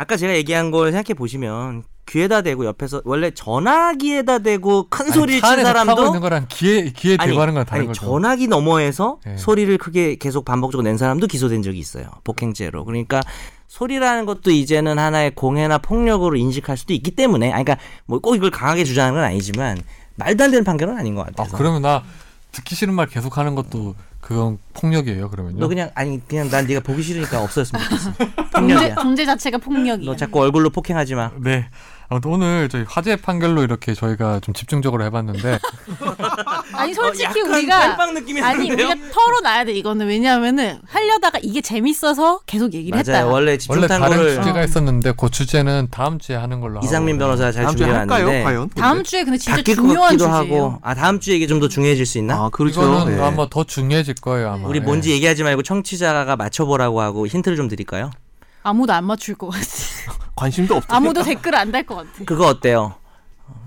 Speaker 2: 아까 제가 얘기한 걸 생각해 보시면 귀에다 대고 옆에서 원래 전화기에다 대고 큰
Speaker 1: 아니,
Speaker 2: 소리를
Speaker 1: 차
Speaker 2: 친
Speaker 1: 안에서 타고 있는
Speaker 2: 사람도
Speaker 1: 거랑 기에 기에 대고 하는 건 다른
Speaker 2: 아니
Speaker 1: 거죠.
Speaker 2: 전화기 너머에서
Speaker 1: 예.
Speaker 2: 소리를 크게 계속 반복적으로 낸 사람도 기소된 적이 있어요. 폭행죄로. 그러니까 소리라는 것도 이제는 하나의 공해나 폭력으로 인식할 수도 있기 때문에 아니, 그러니까 뭐 꼭 이걸 강하게 주장하는 건 아니지만 말도 안 되는 판결은 아닌 것
Speaker 1: 아
Speaker 2: 같아서.
Speaker 1: 그러면 나 듣기 싫은 말 계속 하는 것도 그건 폭력이에요 그러면요.
Speaker 2: 너 그냥 아니 그냥 난 네가 보기 싫으니까 없어졌으면 좋겠어.
Speaker 3: 존재,
Speaker 2: 아, 폭력이야.
Speaker 3: 존재 자체가 폭력이야.
Speaker 2: 너 자꾸 얼굴로 폭행하지 마.
Speaker 1: 네. 아무튼 오늘 저희 화재 판결로 이렇게 저희가 좀 집중적으로 해봤는데
Speaker 3: 아니 솔직히
Speaker 2: 어, 약간
Speaker 3: 우리가
Speaker 2: 짤방 느낌이
Speaker 3: 아니
Speaker 2: 나는데요?
Speaker 3: 우리가 털어놔야 돼 이거는 왜냐하면은 하려다가 이게 재밌어서 계속 얘기를 했다.
Speaker 2: 맞아요. 원래
Speaker 1: 원래
Speaker 2: 집중
Speaker 1: 다른
Speaker 2: 탐구를 어.
Speaker 1: 주제가 있었는데 그 주제는 다음 주에 하는 걸로 하고.
Speaker 2: 이상민 변호사가 잘
Speaker 4: 다음 주에 할까요?
Speaker 2: 준비해왔는데
Speaker 4: 과연?
Speaker 3: 다음 주에 근데 진짜
Speaker 2: 그 바뀔 것
Speaker 3: 중요한
Speaker 2: 같기도
Speaker 3: 주제예요.
Speaker 2: 하고 아 다음 주에 이게 좀 더 중요해질 수 있나?
Speaker 4: 아 그렇죠.
Speaker 1: 이거는
Speaker 4: 예.
Speaker 1: 아마 더 중요해질 거예요 아마.
Speaker 2: 네. 우리
Speaker 1: 예.
Speaker 2: 뭔지 얘기하지 말고 청취자가 맞춰보라고 하고 힌트를 좀 드릴까요?
Speaker 3: 아무도 안 맞출 것 같아.
Speaker 4: 관심도 없다.
Speaker 3: 아무도 댓글 안 달 것 같아.
Speaker 2: 그거 어때요?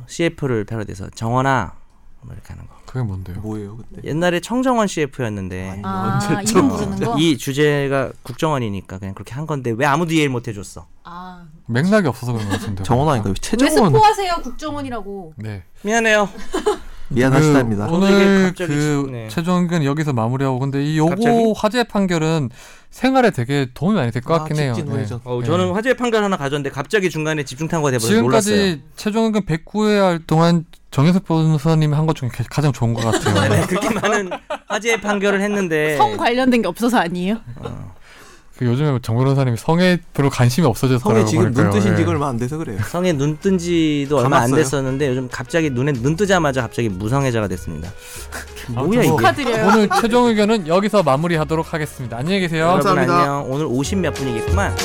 Speaker 2: CF를 패러디해서 정원아 뭐 이렇게 하는 거.
Speaker 1: 그게 뭔데요?
Speaker 4: 뭐예요 그때?
Speaker 2: 옛날에 청정원 CF였는데
Speaker 3: 아
Speaker 4: 언제죠?
Speaker 3: 이름 부르는 거.
Speaker 2: 이 주제가 국정원이니까 그냥 그렇게 한 건데 왜 아무도 이해를 못 해줬어?
Speaker 3: 아.
Speaker 1: 맥락이 없어서 그런 것 같은데.
Speaker 4: 정원아니까
Speaker 3: 왜
Speaker 4: 최정원
Speaker 3: 스포하세요 국정원이라고.
Speaker 1: 네.
Speaker 2: 미안해요.
Speaker 4: 네, 미안하시답니다.
Speaker 1: 그
Speaker 2: 이게
Speaker 1: 오늘
Speaker 2: 갑자기
Speaker 1: 그
Speaker 2: 쉽네.
Speaker 1: 최종근 여기서 마무리하고 근데 이 요거
Speaker 2: 갑자기? 아,
Speaker 1: 화재 판결은 생활에 되게 도움이 많이 될 것 같긴 해요.
Speaker 4: 직진
Speaker 1: 네.
Speaker 4: 우회전.
Speaker 2: 어, 저는
Speaker 1: 네.
Speaker 2: 화재 판결 하나 가져왔는데 갑자기 중간에 집중 탐구가 돼버려서 네, 놀랐어요.
Speaker 1: 지금까지 최종근 109회 활동한 정현석 변호사님이 한 것 중에 가장 좋은 것 같아요.
Speaker 2: 네, 그렇게 많은 화재 판결을 했는데
Speaker 3: 성 관련된 게 없어서 아니에요?
Speaker 2: 네.
Speaker 1: 그 요즘에 정 변호사님이 성에 별로 관심이 없어졌더라고요.
Speaker 4: 성이 지금 눈
Speaker 1: 보니까요.
Speaker 4: 뜨신 지가
Speaker 1: 예.
Speaker 4: 얼마 안 돼서 그래요.
Speaker 2: 성에 눈 뜬지도 얼마 안
Speaker 4: 감았어요?
Speaker 2: 됐었는데 요즘 갑자기 눈에 눈 뜨자마자 갑자기 무성애자가 됐습니다. 뭐야 이게?
Speaker 3: 축하드려요.
Speaker 1: 오늘 최종 의견은 여기서 마무리하도록 하겠습니다. 안녕히 계세요.
Speaker 2: 여러분
Speaker 4: 감사합니다.
Speaker 2: 안녕. 오늘 50 몇 분이겠구만.